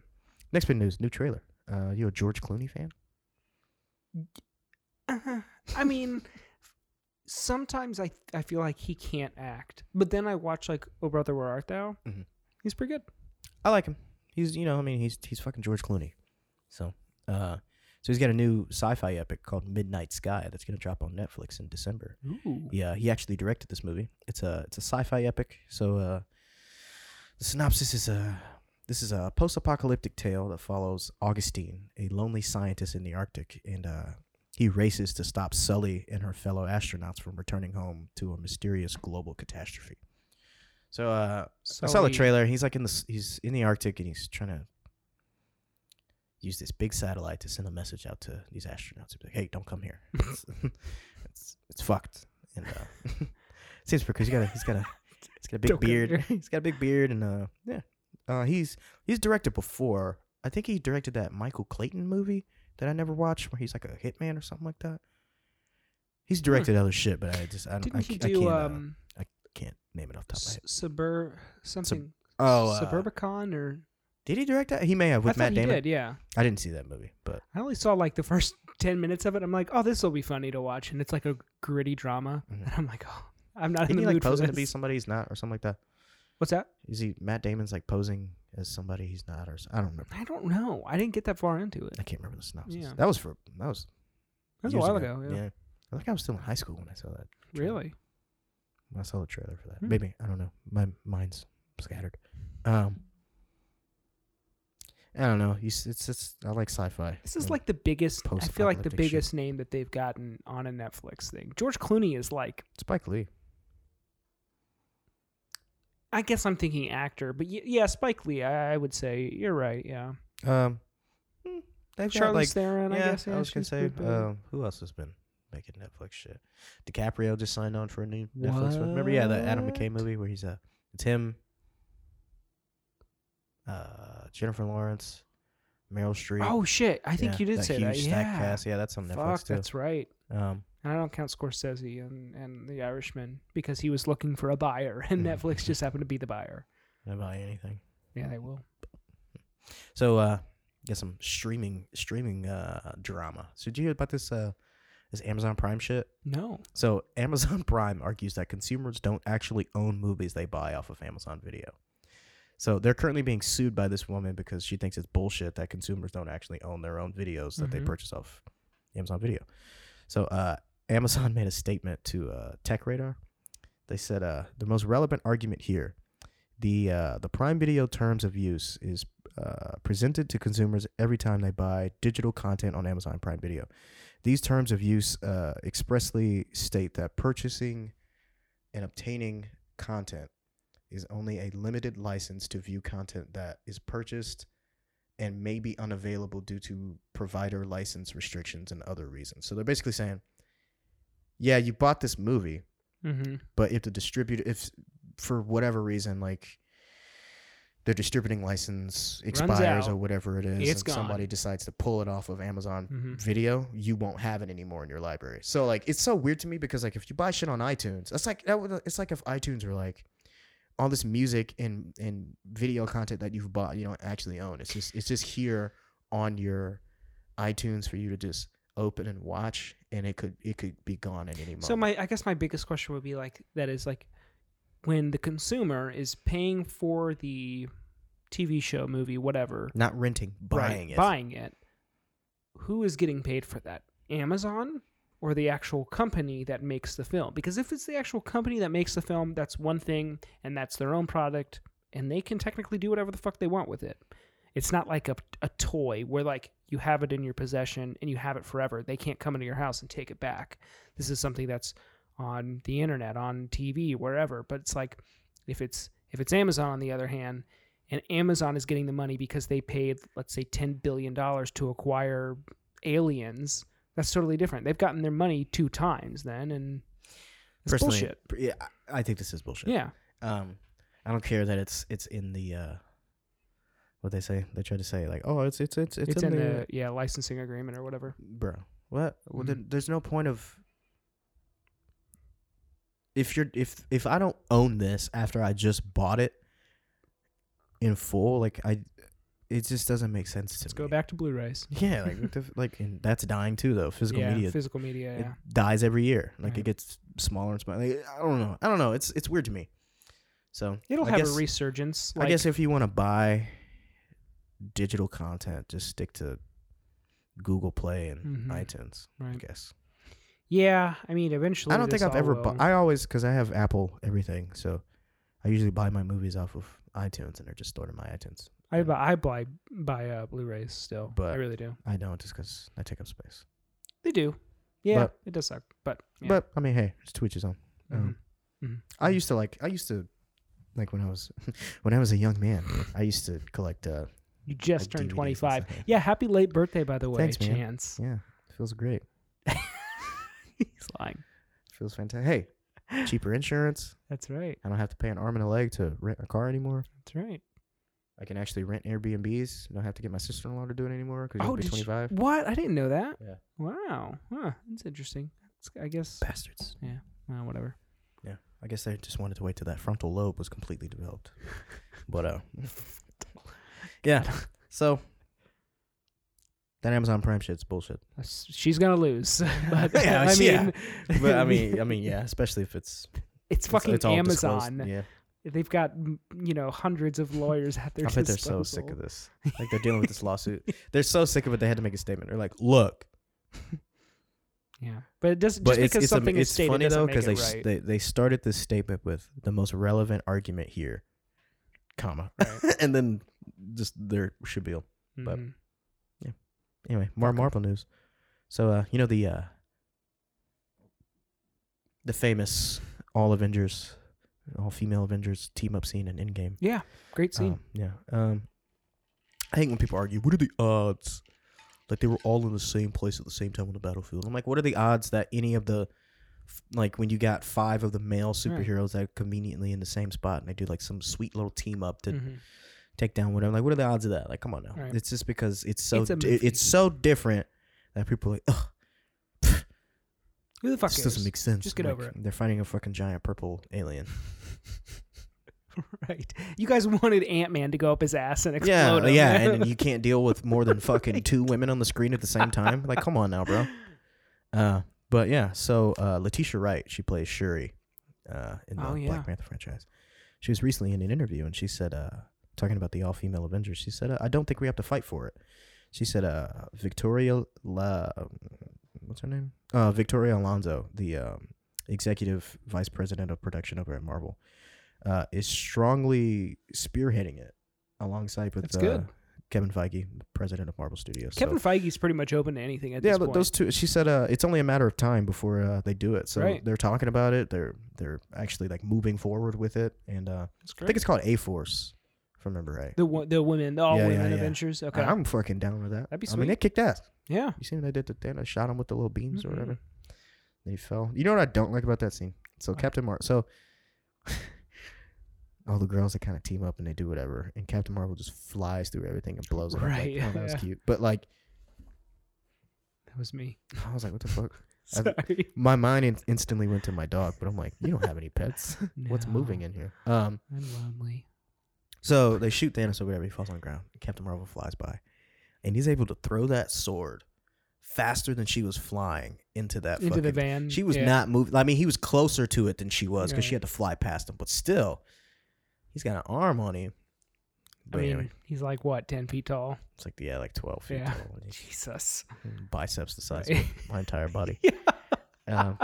Speaker 1: next bit of news: new trailer. Uh, you a George Clooney fan?
Speaker 2: Uh-huh. (laughs) I mean, sometimes I I feel like he can't act, but then I watch like Oh Brother Where Art Thou.
Speaker 1: Mhm.
Speaker 2: He's pretty good.
Speaker 1: I like him. He's you know I mean he's he's fucking George Clooney. So uh, so he's got a new sci-fi epic called Midnight Sky that's gonna drop on Netflix in December.
Speaker 2: Ooh.
Speaker 1: Yeah, he actually directed this movie. It's a it's a sci-fi epic. So uh, the synopsis is a this is a post-apocalyptic tale that follows Augustine, a lonely scientist in the Arctic, and uh, he races to stop Sully and her fellow astronauts from returning home to a mysterious global catastrophe. So uh,
Speaker 2: So
Speaker 1: I saw the
Speaker 2: he-
Speaker 1: trailer. He's like in the s- he's in the Arctic and he's trying to use this big satellite to send a message out to these astronauts. He'd be like, "Hey, don't come
Speaker 2: (laughs)
Speaker 1: here. It's (laughs) it's, it's fucked." And uh, (laughs) seems because he got a he's got a he's got a big
Speaker 2: Don't come
Speaker 1: beard.
Speaker 2: here.
Speaker 1: He's got a big beard and uh yeah, uh he's he's directed before. I think he directed that Michael Clayton movie that I never watched where he's like a hitman or something like that. He's directed other shit, but I just I don't
Speaker 2: Hmm. Didn't
Speaker 1: I, c-
Speaker 2: he
Speaker 1: I can't,
Speaker 2: do
Speaker 1: uh,
Speaker 2: um
Speaker 1: can't name it off the top of my
Speaker 2: s-
Speaker 1: head.
Speaker 2: suburb something?
Speaker 1: Oh, uh,
Speaker 2: Suburbicon or
Speaker 1: Did he direct that? He may have
Speaker 2: I
Speaker 1: with
Speaker 2: thought
Speaker 1: Matt
Speaker 2: he
Speaker 1: Damon.
Speaker 2: did. Yeah,
Speaker 1: I didn't see that movie,
Speaker 2: (laughs)
Speaker 1: but
Speaker 2: I only saw like the first (laughs) ten minutes of it. I'm like, oh, this will be funny to watch, and it's like a gritty drama,
Speaker 1: Mhm.
Speaker 2: (laughs) and I'm like, oh, I'm not
Speaker 1: isn't
Speaker 2: in the
Speaker 1: he like
Speaker 2: mood
Speaker 1: posing
Speaker 2: for
Speaker 1: to be
Speaker 2: this.
Speaker 1: somebody he's not, or something like that?
Speaker 2: What's that?
Speaker 1: Is he Matt Damon's like posing as somebody he's not, or s- I don't remember.
Speaker 2: I don't know. I didn't get that far into it.
Speaker 1: I can't remember the synopsis.
Speaker 2: Yeah.
Speaker 1: That was for that was
Speaker 2: That was a
Speaker 1: years
Speaker 2: while ago. Yeah.
Speaker 1: I think I was still in high school when I saw that.
Speaker 2: Really?
Speaker 1: When I saw the trailer for that.
Speaker 2: Hmm.
Speaker 1: Maybe I don't know. My mind's scattered. Um, I don't know. You, s- it's it's I like sci-fi. Um,
Speaker 2: This is
Speaker 1: and
Speaker 2: like the biggest. I feel like the
Speaker 1: Post-apocalyptic shit.
Speaker 2: biggest name that they've gotten on a Netflix thing. George Clooney is like.
Speaker 1: Spike Lee.
Speaker 2: I guess I'm thinking actor, but y- yeah, Spike Lee. I, I would say you're right. Yeah,
Speaker 1: Um, hmm, they've got
Speaker 2: Charlize
Speaker 1: like
Speaker 2: Theron. I guess.
Speaker 1: was gonna
Speaker 2: she's
Speaker 1: say.
Speaker 2: pretty big.
Speaker 1: Um, who else has been making Netflix shit? DiCaprio just signed on for a new Netflix. One. Remember, yeah, the Adam McKay
Speaker 2: What?
Speaker 1: movie where he's a it's him, uh, Jennifer Lawrence, Meryl Streep.
Speaker 2: oh shit! I think
Speaker 1: yeah,
Speaker 2: you did say that.
Speaker 1: huge stack
Speaker 2: Yeah.
Speaker 1: cast. Yeah, that's on Netflix
Speaker 2: Fuck,
Speaker 1: too.
Speaker 2: that's right.
Speaker 1: Um,
Speaker 2: And I don't count Scorsese and, and The Irishman because he was looking for a buyer, and
Speaker 1: Mhm. (laughs)
Speaker 2: Netflix just happened to be the buyer.
Speaker 1: I buy anything.
Speaker 2: Yeah, they will.
Speaker 1: So, uh, get some streaming streaming uh drama. So, did you hear about this uh this Amazon Prime shit?
Speaker 2: No.
Speaker 1: So Amazon (laughs) Prime argues that consumers don't actually own movies they buy off of Amazon Video. So they're currently being sued by this woman because she thinks it's bullshit that consumers don't actually own their own videos that they
Speaker 2: Mhm.
Speaker 1: purchase off Amazon Video. So uh, (laughs) Amazon made a statement to uh, Tech Radar. They said uh, the most relevant argument here, the uh, the Prime Video terms of use is uh, presented to consumers every time they buy digital content on Amazon Prime Video. These terms of use uh, expressly state that purchasing and obtaining content is only a limited license to view content that is purchased and may be unavailable due to provider license restrictions and other reasons. So they're basically saying, yeah, you bought this movie,
Speaker 2: Mm-hmm.
Speaker 1: but if the distributor, if for whatever reason, like their distributing license expires
Speaker 2: out.
Speaker 1: or whatever it is,
Speaker 2: It's
Speaker 1: and somebody
Speaker 2: gone.
Speaker 1: decides to pull it off of Amazon
Speaker 2: Mm-hmm.
Speaker 1: video, you won't have it anymore in your library. So like it's so weird to me because like if you buy shit on iTunes, that's like that would, it's like if iTunes were like all this music and and video content that you've bought you don't actually own. It's just it's just here on your iTunes for you to just open and watch and it could it could be gone at any moment.
Speaker 2: So my, I guess my biggest question would be like that is like when the consumer is paying for the TV show, movie, whatever,
Speaker 1: not renting,
Speaker 2: right,
Speaker 1: buying it.
Speaker 2: buying it. Who is getting paid for that? Amazon or the actual company that makes the film? Because if it's the actual company that makes the film, that's one thing, and that's their own product, and they can technically do whatever the fuck they want with it. It's not like a, a toy where like you have it in your possession and you have it forever. They can't come into your house and take it back. This is something that's on the internet, on TV, wherever. But it's like if it's if it's Amazon on the other hand, and Amazon is getting the money because they paid let's say 10 billion dollars to acquire aliens, that's totally different. They've gotten their money two times then and it's
Speaker 1: Personally,
Speaker 2: bullshit.
Speaker 1: pr- yeah, I- I think this is bullshit.
Speaker 2: Yeah.
Speaker 1: Um, I don't care that it's it's in the uh, what they say. They try to say like, oh, it's it's it's it's,
Speaker 2: It's, in, the, yeah, licensing agreement or whatever.
Speaker 1: bro. What? Well, there- there's no point of if you're if if I don't own this after I just bought it in full, like I, it just doesn't make sense to
Speaker 2: Let's
Speaker 1: me.
Speaker 2: go back to Blu-rays.
Speaker 1: Yeah, like what the f- like and that's dying too though. Physical
Speaker 2: yeah,
Speaker 1: media
Speaker 2: physical media,
Speaker 1: it
Speaker 2: yeah.
Speaker 1: dies every year. Like
Speaker 2: Right.
Speaker 1: it gets smaller and smaller. Like, I don't know. I don't know. It's it's weird to me. So
Speaker 2: It'll
Speaker 1: I
Speaker 2: have
Speaker 1: guess,
Speaker 2: a resurgence.
Speaker 1: I guess if you want to buy digital content, just stick to Google Play and
Speaker 2: Mhm.
Speaker 1: iTunes. I
Speaker 2: Right.
Speaker 1: guess.
Speaker 2: Yeah, I mean, eventually.
Speaker 1: I don't think
Speaker 2: this
Speaker 1: I've ever.
Speaker 2: all
Speaker 1: Bu-
Speaker 2: will-
Speaker 1: I always because I have Apple everything, so I usually buy my movies off of iTunes and they're just stored in my iTunes.
Speaker 2: I buy, I buy buy uh, Blu-rays still. I
Speaker 1: But-
Speaker 2: really do.
Speaker 1: I don't just because I take up space.
Speaker 2: They do. Yeah,
Speaker 1: But-
Speaker 2: it does suck, but yeah.
Speaker 1: But I mean, hey, it's Twitch is on.
Speaker 2: Mhm.
Speaker 1: Um, I used to like. I used to like when I was (laughs) when I was a young man. I used to collect. uh
Speaker 2: you just
Speaker 1: like
Speaker 2: turned
Speaker 1: DVDs and
Speaker 2: 25.
Speaker 1: stuff.
Speaker 2: Yeah, happy late birthday, by the way,
Speaker 1: Thanks, man. (laughs)
Speaker 2: Chance.
Speaker 1: Yeah, feels great.
Speaker 2: He's lying.
Speaker 1: Feels fantastic. Hey, cheaper insurance.
Speaker 2: That's right.
Speaker 1: I don't have to pay an arm and a leg to rent a car anymore.
Speaker 2: That's right.
Speaker 1: I can actually rent Airbnbs. Don't have to get my sister in law to do it anymore because
Speaker 2: Oh,
Speaker 1: you'll be
Speaker 2: did
Speaker 1: twenty
Speaker 2: you-
Speaker 1: five.
Speaker 2: What? I didn't know that.
Speaker 1: Yeah.
Speaker 2: Wow. Huh. That's interesting. That's, I guess.
Speaker 1: Bastards.
Speaker 2: Uh, whatever.
Speaker 1: I guess they just wanted to wait till that frontal lobe was completely (laughs) developed. But uh, yeah. So that Amazon Prime shit's (laughs) bullshit.
Speaker 2: That's- She's gonna lose. (laughs)
Speaker 1: (laughs)
Speaker 2: But
Speaker 1: Yeah,
Speaker 2: I mean,
Speaker 1: yeah. But I (laughs) mean, I mean, yeah, especially if it's
Speaker 2: it's fucking
Speaker 1: it's all disclosed.
Speaker 2: Amazon.
Speaker 1: Yeah,
Speaker 2: They've got m- you know hundreds of lawyers at their
Speaker 1: I bet they're
Speaker 2: disposal.
Speaker 1: so sick of this. Like they're dealing with this lawsuit. They're so sick of it. They had to make a statement. They're like, look,
Speaker 2: Yeah, but it doesn't.
Speaker 1: but
Speaker 2: just
Speaker 1: it's
Speaker 2: because
Speaker 1: it's,
Speaker 2: something
Speaker 1: am-
Speaker 2: is
Speaker 1: it's
Speaker 2: stated
Speaker 1: funny
Speaker 2: doesn't
Speaker 1: though
Speaker 2: make it
Speaker 1: because they, s-
Speaker 2: right.
Speaker 1: they they started this statement with the most relevant argument here, comma, (laughs)
Speaker 2: Right.
Speaker 1: and then just their shabeel. but-
Speaker 2: Mhm.
Speaker 1: Anyway, more Marvel news. So uh, you know the uh, the famous all Avengers, all female Avengers team up scene in Endgame.
Speaker 2: yeah, great scene.
Speaker 1: Um, yeah. Um, I hate when people argue, what are the odds? Like they were all in the same place at the same time on the battlefield. I'm like, what are the odds that any of the, f- like when you got five of the male
Speaker 2: Right.
Speaker 1: superheroes that are conveniently in the same spot and they do like some sweet little team up to
Speaker 2: Mhm.
Speaker 1: take down whatever. Like, what are the odds of that? Like, come on now.
Speaker 2: Right.
Speaker 1: It's just because it's so it's,
Speaker 2: It's a
Speaker 1: di-
Speaker 2: movie.
Speaker 1: it's so different that people are like, ugh,
Speaker 2: Who the fuck
Speaker 1: this
Speaker 2: cares?
Speaker 1: doesn't make sense.
Speaker 2: Just get
Speaker 1: Like,
Speaker 2: over it.
Speaker 1: They're fighting a fucking giant purple alien.
Speaker 2: (laughs) right. You guys wanted Ant Man to go up his ass and explode.
Speaker 1: yeah,
Speaker 2: him.
Speaker 1: yeah,
Speaker 2: (laughs)
Speaker 1: and, you can't deal with more than fucking two women on the screen at the same time. Like, come on now, bro. Uh, but yeah, so uh, Letitia Wright, she plays Shuri uh, in the
Speaker 2: Oh, yeah.
Speaker 1: Black Panther franchise. She was recently in an interview and she said, uh, talking about the all female Avengers, she said, uh, I don't think we have to fight for it. She said, uh, Victoria, La- um, what's her name? Uh, Victoria Alonso, the um, executive vice president of production over at Marvel, uh, is strongly spearheading it alongside with
Speaker 2: That's
Speaker 1: uh,
Speaker 2: good.
Speaker 1: Kevin Feige, the president of Marvel Studios. So-
Speaker 2: Kevin Feige's pretty much open to anything at
Speaker 1: yeah,
Speaker 2: this
Speaker 1: but
Speaker 2: point.
Speaker 1: those two. She said uh, it's only a matter of time before uh, they do it. So
Speaker 2: Right.
Speaker 1: they're talking about it. They're they're actually like moving forward with it. And uh,
Speaker 2: That's
Speaker 1: I
Speaker 2: great.
Speaker 1: think it's called A Force, if I remember right.
Speaker 2: the wo- the women, the all
Speaker 1: Yeah, yeah,
Speaker 2: women
Speaker 1: yeah.
Speaker 2: adventures. Okay.
Speaker 1: I'm fucking down with that.
Speaker 2: That'd be
Speaker 1: I mean,
Speaker 2: sweet.
Speaker 1: they kicked ass.
Speaker 2: yeah.
Speaker 1: You seen what they did to Thanos? Shot him with the little beams or
Speaker 2: Mhm.
Speaker 1: whatever. Then he fell. You know what I don't like about that scene? So
Speaker 2: What?
Speaker 1: Captain Marvel. So (laughs) all the girls that kind of team up and they do whatever, and Captain Marvel just flies through everything and blows it. up. Like,
Speaker 2: Right,
Speaker 1: oh,
Speaker 2: (laughs)
Speaker 1: that was
Speaker 2: yeah.
Speaker 1: cute. But like,
Speaker 2: That
Speaker 1: (laughs)
Speaker 2: was me.
Speaker 1: I was like, what the fuck? I
Speaker 2: (laughs) Sorry.
Speaker 1: My mind in- instantly went to my dog, but I'm like, you don't have any
Speaker 2: (laughs)
Speaker 1: pets. (laughs) (laughs) What's
Speaker 2: No,
Speaker 1: moving in here? Um,
Speaker 2: I'm lonely.
Speaker 1: so they shoot Thanos or whatever. He falls on the ground. Captain Marvel flies by, and he's able to throw that sword faster than she was flying into that
Speaker 2: Into the
Speaker 1: fucking
Speaker 2: van.
Speaker 1: She was
Speaker 2: yeah.
Speaker 1: not moving. I mean, he was closer to it than she was because she
Speaker 2: Right.
Speaker 1: had to fly past him. But still, he's got an arm on him.
Speaker 2: I
Speaker 1: But
Speaker 2: mean,
Speaker 1: anyway,
Speaker 2: he's like what, ten feet tall? (laughs)
Speaker 1: it's like yeah, like twelve feet
Speaker 2: Yeah.
Speaker 1: tall. and
Speaker 2: Jesus.
Speaker 1: his (laughs) biceps the size
Speaker 2: (laughs) Right.
Speaker 1: of my entire body.
Speaker 2: Yeah.
Speaker 1: Um,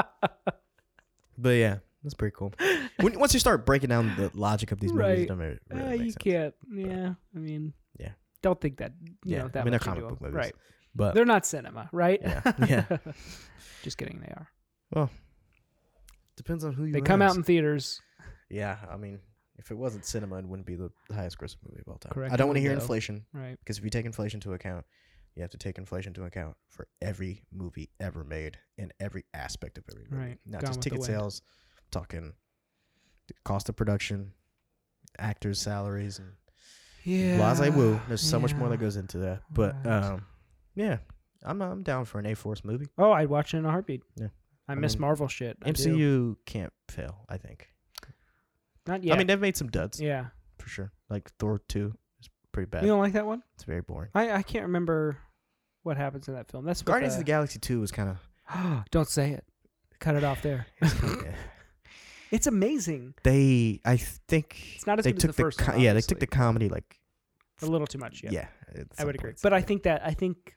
Speaker 1: but yeah, that's pretty cool. When, once you start breaking down the logic of these movies,
Speaker 2: Right. (laughs)
Speaker 1: it don't really, really
Speaker 2: Uh,
Speaker 1: make
Speaker 2: you
Speaker 1: sense.
Speaker 2: can't. Yeah. I mean.
Speaker 1: Yeah.
Speaker 2: don't think that you
Speaker 1: Yeah,
Speaker 2: know
Speaker 1: I
Speaker 2: that
Speaker 1: mean, they're
Speaker 2: much into
Speaker 1: comic book
Speaker 2: them.
Speaker 1: movies.
Speaker 2: right?
Speaker 1: But
Speaker 2: They're not cinema, right?
Speaker 1: Yeah,
Speaker 2: (laughs)
Speaker 1: yeah. (laughs)
Speaker 2: Just kidding, they are.
Speaker 1: depends on who you
Speaker 2: They come out
Speaker 1: ask.
Speaker 2: in theaters.
Speaker 1: Yeah, I mean, if it wasn't cinema, it wouldn't be the highest grossing movie of all time.
Speaker 2: Correct.
Speaker 1: I don't want to hear
Speaker 2: No.
Speaker 1: inflation
Speaker 2: Right.
Speaker 1: because if you take inflation into account, you have to take inflation into account for every movie ever made and every aspect of every movie,
Speaker 2: Right.
Speaker 1: not
Speaker 2: Gone
Speaker 1: just
Speaker 2: with the
Speaker 1: ticket
Speaker 2: Wind.
Speaker 1: sales. Talking the cost of production, actors' salaries, and
Speaker 2: Yeah.
Speaker 1: blase woo. There's so much more that
Speaker 2: yeah.
Speaker 1: goes into that, but
Speaker 2: Right.
Speaker 1: um, yeah, I'm I'm down for an A Force movie.
Speaker 2: Oh, I'd watch it in a heartbeat.
Speaker 1: Yeah.
Speaker 2: I,
Speaker 1: I
Speaker 2: miss
Speaker 1: mean,
Speaker 2: Marvel shit. I do.
Speaker 1: MCU can't fail, I think.
Speaker 2: Not yet.
Speaker 1: I mean, they've made some duds
Speaker 2: yeah.
Speaker 1: for sure. Like Thor two is pretty bad.
Speaker 2: You don't like that one?
Speaker 1: it's very boring.
Speaker 2: I, I can't remember what happens in that film. That's with,
Speaker 1: Guardians
Speaker 2: uh,
Speaker 1: of the Galaxy 2 was (laughs) kind of
Speaker 2: (gasps) don't say it. Cut it off there. it's amazing.
Speaker 1: they I think
Speaker 2: It's not as
Speaker 1: they
Speaker 2: good as
Speaker 1: took
Speaker 2: the first
Speaker 1: co-
Speaker 2: one,
Speaker 1: yeah, they took
Speaker 2: obviously.
Speaker 1: the comedy like
Speaker 2: A little too much.
Speaker 1: yeah.
Speaker 2: Yeah.
Speaker 1: at
Speaker 2: I
Speaker 1: some
Speaker 2: would agree.
Speaker 1: points.
Speaker 2: But I think that I think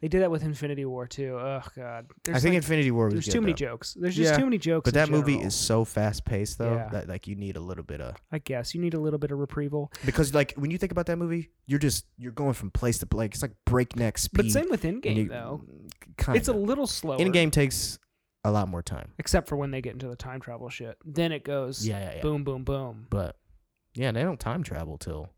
Speaker 2: they did that with Infinity War too. Oh god. There's
Speaker 1: I think
Speaker 2: like-
Speaker 1: Infinity War was
Speaker 2: there's
Speaker 1: good,
Speaker 2: too many
Speaker 1: though.
Speaker 2: jokes. There's just
Speaker 1: Yeah.
Speaker 2: too many jokes.
Speaker 1: But
Speaker 2: in
Speaker 1: that movie
Speaker 2: general.
Speaker 1: is so fast paced though
Speaker 2: Yeah.
Speaker 1: that like you need a little bit of
Speaker 2: I guess you need a little bit of reprieval.
Speaker 1: because like when you think about that movie you're just you're going from place to place it's like breakneck speed.
Speaker 2: But same with
Speaker 1: and
Speaker 2: Endgame
Speaker 1: you-
Speaker 2: though.
Speaker 1: Kinda.
Speaker 2: It's a little slower.
Speaker 1: Endgame takes a lot more time.
Speaker 2: except for when they get into the time travel shit. Then it goes
Speaker 1: Yeah, yeah, yeah.
Speaker 2: boom, boom, boom.
Speaker 1: But yeah, they don't time travel till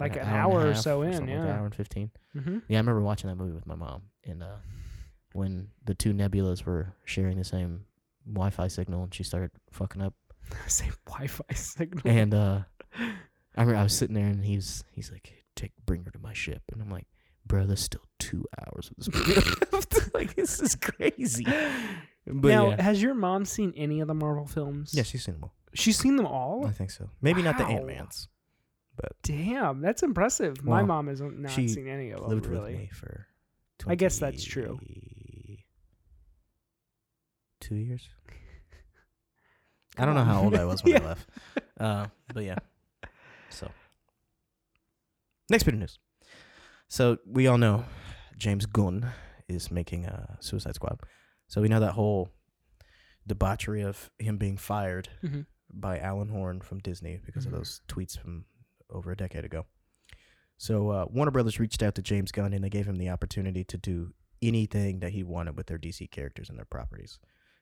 Speaker 2: Like an
Speaker 1: and a
Speaker 2: hour or
Speaker 1: half
Speaker 2: so in,
Speaker 1: something like that,
Speaker 2: yeah.
Speaker 1: hour and fifteen.
Speaker 2: hmm
Speaker 1: Yeah, I remember watching that movie with my mom, and uh, when the two nebulas were sharing the same Wi-Fi signal, and she started fucking
Speaker 2: (laughs)
Speaker 1: up,
Speaker 2: (laughs) Same Wi-Fi (laughs) signal.
Speaker 1: and (laughs) uh, I remember I was sitting there, and he was he's like, "Take, bring her to my ship," and I'm like, "Bro, there's still two hours of this
Speaker 2: (laughs)
Speaker 1: movie left. like, this is crazy." But
Speaker 2: now, uh,
Speaker 1: yeah,
Speaker 2: has your mom seen any of the Marvel films?
Speaker 1: yeah, she's seen them all.
Speaker 2: she's seen them all.
Speaker 1: I think so. Maybe not the
Speaker 2: Wow.
Speaker 1: Ant Man's.
Speaker 2: Damn, that's impressive. My
Speaker 1: Well,
Speaker 2: mom hasn't not
Speaker 1: she
Speaker 2: seen any of them.
Speaker 1: Lived
Speaker 2: really.
Speaker 1: with me for.
Speaker 2: I guess that's true.
Speaker 1: 20 Two years.
Speaker 2: (laughs)
Speaker 1: I don't know how old I was when
Speaker 2: Yeah.
Speaker 1: I left.
Speaker 2: (laughs)
Speaker 1: Uh, but yeah. So, next bit of news. So, we all know James Gunn is making a Suicide Squad. So, we know that whole debauchery of him being fired
Speaker 2: Mhm.
Speaker 1: by Alan Horn from Disney because
Speaker 2: Mhm.
Speaker 1: of those tweets from over a decade ago. So, uh, Warner Brothers reached out to James Gunn and they gave him the opportunity to do anything that he wanted with their DC characters and their properties.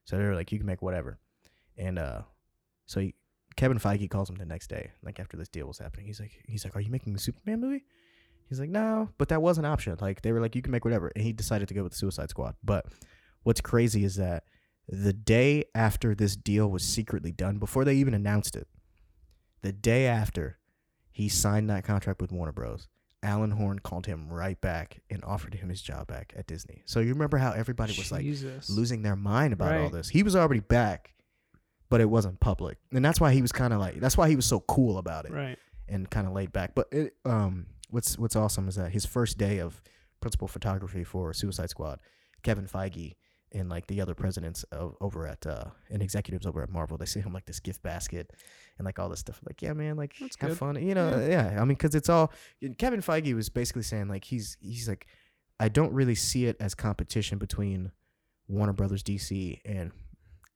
Speaker 1: So, they were like, you can make whatever. And uh, so he, Kevin Feige calls him the next day, like after this deal was happening. He's like, he's like, are you making a Superman movie? He's like, no, but that was an option. Like they were like, you can make whatever, and he decided to go with Suicide Squad. But what's crazy is that the day after this deal was secretly done, before they even announced it, the day after he signed that contract with Warner Bros. Alan Horn called him right back and offered him his job back at Disney. So you remember how everybody was like,
Speaker 2: Jesus.
Speaker 1: losing their mind about all
Speaker 2: Right.
Speaker 1: this. He was already back, but it wasn't public, and that's why he was kind of like that's why he was so cool about it
Speaker 2: Right.
Speaker 1: and kind of laid back. But it, um, what's what's awesome is that his first day of principal photography for Suicide Squad, Kevin Feige and like the other presidents of, over at uh, and executives over at Marvel, they sent him like this gift basket and like all this stuff. Like, yeah, man, like
Speaker 2: That's
Speaker 1: have
Speaker 2: good.
Speaker 1: fun, you know? Yeah, I mean, because it's all and Kevin Feige was basically saying like he's he's like I don't really see it as competition between Warner Brothers DC and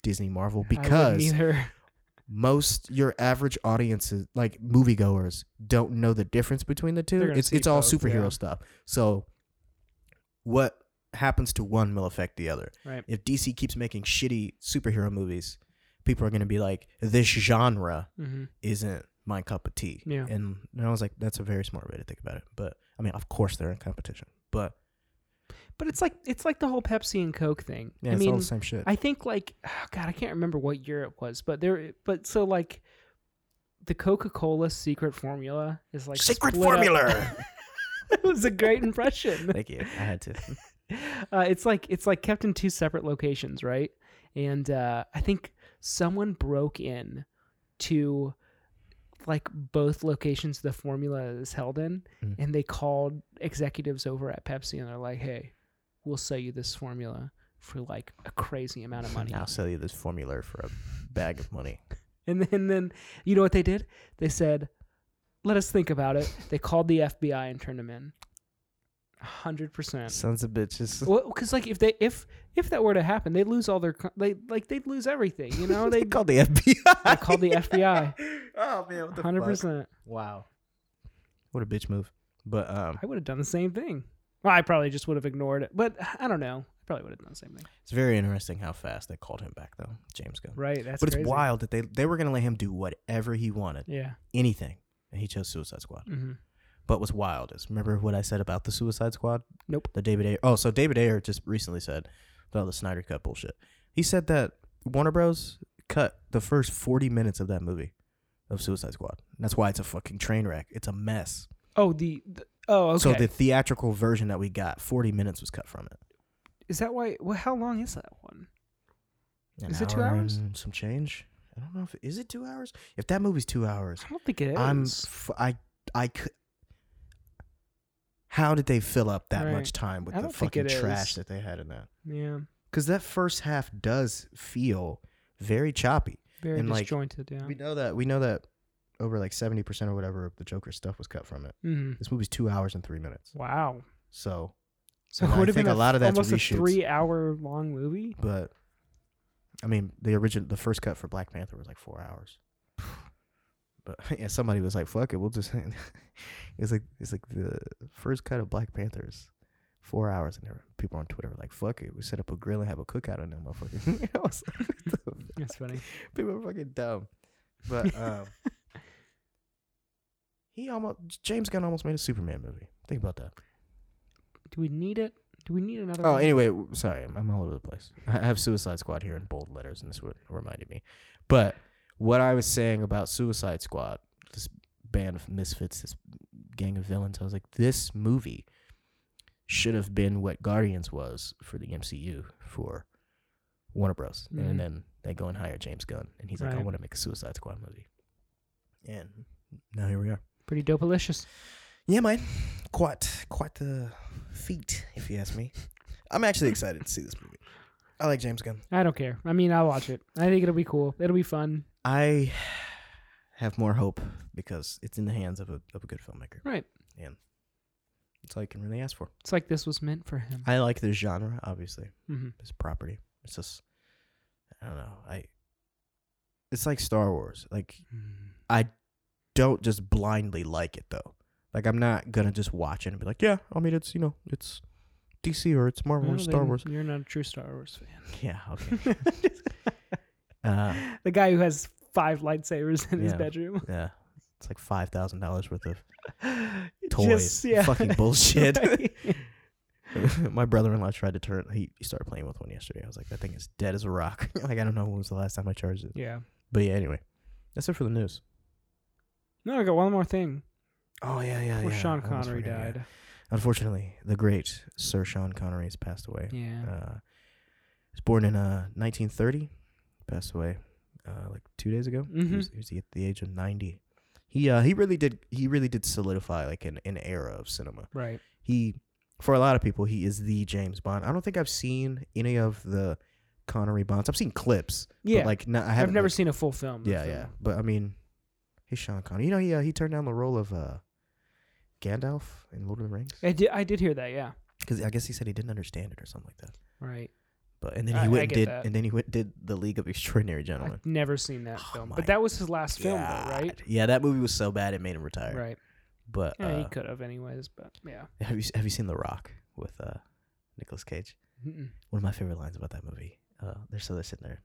Speaker 1: Disney Marvel
Speaker 2: I wouldn't
Speaker 1: because
Speaker 2: either. (laughs)
Speaker 1: most your average audiences like moviegoers don't know the difference between the two
Speaker 2: They're gonna
Speaker 1: it's
Speaker 2: see
Speaker 1: it's all
Speaker 2: both,
Speaker 1: superhero
Speaker 2: yeah.
Speaker 1: stuff so what happens to one will affect the other
Speaker 2: Right.
Speaker 1: if dc keeps making shitty superhero movies people are going to be like this genre
Speaker 2: hmm
Speaker 1: isn't my cup of tea
Speaker 2: Yeah.
Speaker 1: and, and i was like that's a very smart way to think about it but i mean of course they're in competition but
Speaker 2: But it's like it's like the whole Pepsi and Coke thing.
Speaker 1: yeah
Speaker 2: I
Speaker 1: it's
Speaker 2: mean,
Speaker 1: all the same shit
Speaker 2: I think like (sighs) oh God, I can't remember what year it was, but there, but so like the Coca Cola secret formula is like
Speaker 1: secret
Speaker 2: split up-
Speaker 1: formula
Speaker 2: (laughs) it was a great impression.
Speaker 1: (laughs) thank you i had to
Speaker 2: Uh, it's like it's like kept in two separate locations, right? And uh, I think someone broke in to like both locations the formula is held in,
Speaker 1: Mm.
Speaker 2: and they called executives over at Pepsi, and they're like, "Hey, we'll sell you this formula." For like a crazy amount of (laughs) money.
Speaker 1: i'll sell you this formula for a bag of money
Speaker 2: (laughs) And then, and then you know what they did? They said, "Let us think about it." They called the FBI and turned him in. A Hundred (laughs) percent.
Speaker 1: Sons of bitches.
Speaker 2: Well, because like if they if if that were to happen, they would lose all their co- they like they'd lose everything. You know, (laughs) they
Speaker 1: called the FBI.
Speaker 2: they (laughs) called the FBI.
Speaker 1: (laughs) oh man, what
Speaker 2: Hundred percent.
Speaker 1: Wow. What a bitch move. But um,
Speaker 2: I would have done the same thing. Well, I probably just would have ignored it, but I don't know. I probably would have done the same thing.
Speaker 1: it's very interesting how fast they called him back, though, James Gunn.
Speaker 2: Right. That's
Speaker 1: but it's
Speaker 2: crazy.
Speaker 1: wild that they they were gonna let him do whatever he wanted,
Speaker 2: Yeah.
Speaker 1: anything, and he chose Suicide Squad.
Speaker 2: hmm
Speaker 1: But what's wild is remember what I said about the Suicide Squad?
Speaker 2: Nope.
Speaker 1: The David Ayer. Oh, so David Ayer just recently said about the Snyder Cut bullshit. He said that Warner Bros. cut the first 40 minutes of that movie of Suicide Squad. That's why it's a fucking train wreck. It's a mess.
Speaker 2: Oh, the, the oh okay.
Speaker 1: So the theatrical version that we got, 40 minutes was cut from it.
Speaker 2: is that why? Well, how long is that one?
Speaker 1: An
Speaker 2: Is it two hours?
Speaker 1: and some change. I don't know if is it two hours. If that movie's two hours,
Speaker 2: I don't think it is.
Speaker 1: I'm f- I I could. How did they fill up that
Speaker 2: Right.
Speaker 1: much time with
Speaker 2: I
Speaker 1: the
Speaker 2: don't think
Speaker 1: fucking
Speaker 2: it
Speaker 1: trash
Speaker 2: is.
Speaker 1: that they had in that?
Speaker 2: yeah.
Speaker 1: because that first half does feel very choppy.
Speaker 2: Very
Speaker 1: And, like,
Speaker 2: disjointed. yeah.
Speaker 1: We know that we know that over like seventy percent or whatever of the Joker stuff was cut from it.
Speaker 2: Mhm.
Speaker 1: This movie's two hours and three minutes,
Speaker 2: Wow.
Speaker 1: so
Speaker 2: So
Speaker 1: And
Speaker 2: (laughs) it
Speaker 1: I
Speaker 2: would have
Speaker 1: think
Speaker 2: been
Speaker 1: a lot of that's
Speaker 2: almost
Speaker 1: reshoots.
Speaker 2: a three-hour-long movie.
Speaker 1: but I mean the original the first cut for Black Panther was like four hours. (sighs) But (laughs) yeah, somebody was like, "Fuck it, we'll just." (laughs) it's like it's like the first cut of Black Panther's four hours, and there were people on Twitter were like, "Fuck it, we set up a grill and have a cookout on that motherfucker." (laughs) You know, I was like, what the
Speaker 2: That's funny.
Speaker 1: People are fucking dumb. But um, he almost James Gunn almost made a Superman movie. Think about that.
Speaker 2: Do we need it? Do we need another?
Speaker 1: Oh,
Speaker 2: one?
Speaker 1: anyway, w- sorry, I'm, I'm all over the place. (laughs) I I have Suicide Squad here in bold letters, and this what reminded me. But what I was saying about Suicide Squad, this band of misfits, this gang of villains, I was like, this movie should have been what Guardians was for the MCU for Warner Bros.
Speaker 2: Mhm.
Speaker 1: And then they go and hire James Gunn, and he's like, I
Speaker 2: Right.
Speaker 1: want to make a Suicide Squad movie. And now here we are.
Speaker 2: Pretty dopelicious.
Speaker 1: Yeah, man. Quite, quite the feat, if you ask me. I'm actually excited to see this movie. I like James Gunn.
Speaker 2: I don't care. I mean, I'll watch it. I think it'll be cool. It'll be fun.
Speaker 1: I have more hope because it's in the hands of a of a good filmmaker.
Speaker 2: Right.
Speaker 1: That's all you can really ask for.
Speaker 2: It's like this was meant for him.
Speaker 1: I like this genre, obviously.
Speaker 2: hmm
Speaker 1: This property. It's just, I don't know. I. It's like Star Wars. Like I don't just blindly like it though. Like I'm not gonna just watch it and be like, yeah. I mean, it's you know, it's DC or it's Marvel or
Speaker 2: Well,
Speaker 1: Star
Speaker 2: then (laughs)
Speaker 1: Wars.
Speaker 2: You're not a true Star Wars fan. (laughs)
Speaker 1: Yeah. (laughs) Okay. uh,
Speaker 2: The guy who has five lightsabers in his
Speaker 1: Yeah.
Speaker 2: bedroom. (laughs)
Speaker 1: yeah. It's like five thousand dollars worth (laughs) of toys.
Speaker 2: Just- yeah. (laughs)
Speaker 1: Fucking (laughs) bullshit.
Speaker 2: Right.
Speaker 1: My brother-in-law tried to turn. He, he started playing with one yesterday. I was like, that thing is dead as a rock. (laughs) like I don't know when was the last time I charged it.
Speaker 2: yeah.
Speaker 1: But yeah. Anyway, that's it for the news.
Speaker 2: No, I got one more thing.
Speaker 1: Oh yeah, yeah,
Speaker 2: Poor
Speaker 1: yeah. I
Speaker 2: Sean
Speaker 1: almost
Speaker 2: Connery
Speaker 1: forgot, yeah.
Speaker 2: died.
Speaker 1: Unfortunately, the great Sir Sean Connery has passed away.
Speaker 2: Yeah.
Speaker 1: Uh, he was born in uh, 1930, passed away uh, like two days ago. He,
Speaker 2: Mhm.
Speaker 1: was, he was at the age of 90. He uh, he really did he really did solidify like an, an era of cinema.
Speaker 2: Right.
Speaker 1: He for a lot of people he is the James Bond. I don't think I've seen any of the Connery Bonds. I've seen clips. but,
Speaker 2: Yeah.
Speaker 1: like no, I
Speaker 2: I've
Speaker 1: haven't.
Speaker 2: never
Speaker 1: like-
Speaker 2: seen a full film. of
Speaker 1: Yeah,
Speaker 2: him.
Speaker 1: yeah. But I mean, he's Sean Connery. You know he uh, he turned down the role of uh, Gandalf in Lord of the Rings
Speaker 2: I did. I did hear that. Yeah.
Speaker 1: because I guess he said he didn't understand it or something like that.
Speaker 2: Right.
Speaker 1: But and then he
Speaker 2: I- I
Speaker 1: went and
Speaker 2: get
Speaker 1: did
Speaker 2: that.
Speaker 1: and then he went and did the League of Extraordinary
Speaker 2: (laughs)
Speaker 1: Gentlemen.
Speaker 2: I've never seen that
Speaker 1: Oh
Speaker 2: film,
Speaker 1: my
Speaker 2: but that was his last film, though, right?
Speaker 1: God. Yeah, that movie was so bad it made him retire.
Speaker 2: Right.
Speaker 1: But
Speaker 2: Yeah, he
Speaker 1: uh,
Speaker 2: could have, anyways. But yeah.
Speaker 1: have you have you seen The Rock with uh, Nicolas Cage?
Speaker 2: Mm-mm.
Speaker 1: One of my favorite lines about that movie. Uh, they're so they're sitting there,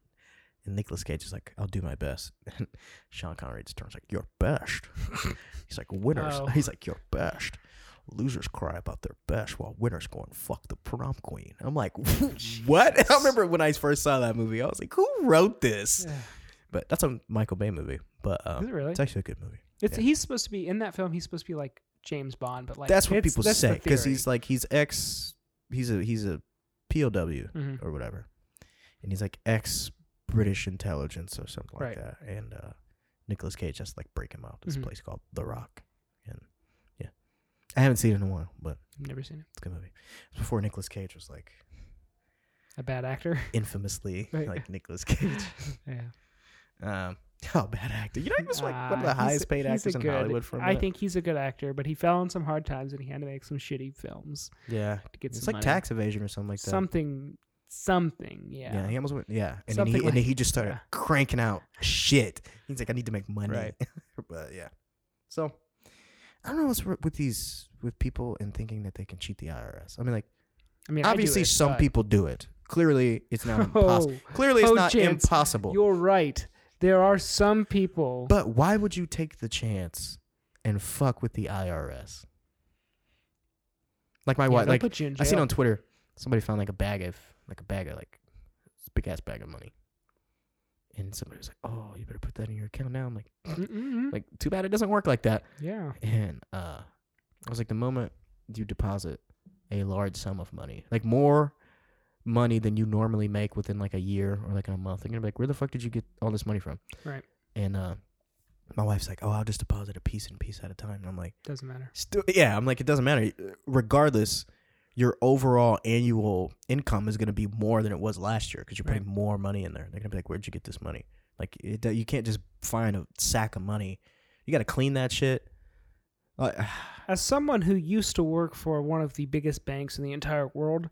Speaker 1: and Nicolas Cage is like, "I'll do my best." (laughs) And Sean Connery just turns like, "Your best." (laughs) He's like, "Winners." (laughs)
Speaker 2: Oh.
Speaker 1: He's like, "Your best." Losers cry about their best while winners go and fuck the prom queen. I'm like, (laughs) what? I
Speaker 2: Jeez.
Speaker 1: remember when I first saw that movie, I was like, who wrote this?
Speaker 2: Yeah.
Speaker 1: But that's a Michael Bay movie. But um,
Speaker 2: Is it really?
Speaker 1: it's actually a good movie.
Speaker 2: It's
Speaker 1: yeah.
Speaker 2: he's supposed to be in that film. He's supposed to be like James Bond, but like
Speaker 1: that's what
Speaker 2: it's-
Speaker 1: people
Speaker 2: that's the
Speaker 1: say because
Speaker 2: theory.
Speaker 1: he's like he's ex, he's a he's a POW
Speaker 2: Mhm.
Speaker 1: or whatever, and he's like ex British intelligence or something
Speaker 2: Right.
Speaker 1: like that. And uh, Nicolas Cage has to like break him out. This
Speaker 2: Mhm.
Speaker 1: place called The Rock, and yeah, I haven't seen it in a while, but
Speaker 2: I've never seen it.
Speaker 1: it's a good movie. It's before Nicolas Cage was like
Speaker 2: A bad actor. (laughs)
Speaker 1: infamously
Speaker 2: Right.
Speaker 1: like Nicolas
Speaker 2: (laughs)
Speaker 1: Cage.
Speaker 2: yeah.
Speaker 1: Um, oh, bad actor. You know, he was like one of
Speaker 2: Ah,
Speaker 1: the
Speaker 2: he's-
Speaker 1: highest paid
Speaker 2: he's a
Speaker 1: actors in
Speaker 2: good-
Speaker 1: Hollywood for a
Speaker 2: I
Speaker 1: minute.
Speaker 2: think he's a good actor, but he fell on some hard times and he had to make some shitty films
Speaker 1: Yeah,
Speaker 2: to get
Speaker 1: it's like
Speaker 2: some money.
Speaker 1: tax evasion or something like that.
Speaker 2: something, something. Yeah.
Speaker 1: yeah. he almost went. Yeah, and then he
Speaker 2: Something
Speaker 1: and then
Speaker 2: like-
Speaker 1: he just started
Speaker 2: yeah.
Speaker 1: cranking out shit. (laughs) He's like, I need to make money.
Speaker 2: Right.
Speaker 1: but yeah, so I don't know what's wr- with these with people and thinking that they can cheat the IRS. I mean, like
Speaker 2: I mean, I do
Speaker 1: obviously
Speaker 2: it,
Speaker 1: some
Speaker 2: but
Speaker 1: people do it. Clearly, it's not impossible.
Speaker 2: (laughs) Oh,
Speaker 1: Clearly, it's
Speaker 2: oh,
Speaker 1: not
Speaker 2: Chance,
Speaker 1: impossible.
Speaker 2: You're right. There are some people.
Speaker 1: But why would you take the chance and fuck with the IRS? Like my
Speaker 2: Yeah,
Speaker 1: wife,
Speaker 2: they'll
Speaker 1: like
Speaker 2: put you in
Speaker 1: I seen
Speaker 2: jail.
Speaker 1: on Twitter, somebody found like a bag of like a bag of like big ass bag of money, and somebody was like, "Oh, you better put that in your account now." I'm like,
Speaker 2: Mm-mm-mm.
Speaker 1: "Like too bad it doesn't work like that."
Speaker 2: Mm, yeah.
Speaker 1: And uh, I was like, the moment you deposit a large sum of money, like more money than you normally make within like a year or like in a month, they're gonna be like, where the fuck did you get all this money from?
Speaker 2: Right.
Speaker 1: And uh, my wife's like, oh, I'll just deposit a piece and piece at a time. And I'm like,
Speaker 2: Doesn't matter.
Speaker 1: still, yeah. I'm like, it doesn't matter. Regardless, your overall annual income is gonna be more than it was last year because you're putting more money in there. They're gonna be like, where'd you get this money? Like, it, you can't just find a sack of money. You gotta clean that shit. Uh, Like,
Speaker 2: As someone who used to work for one of the biggest banks in the entire world,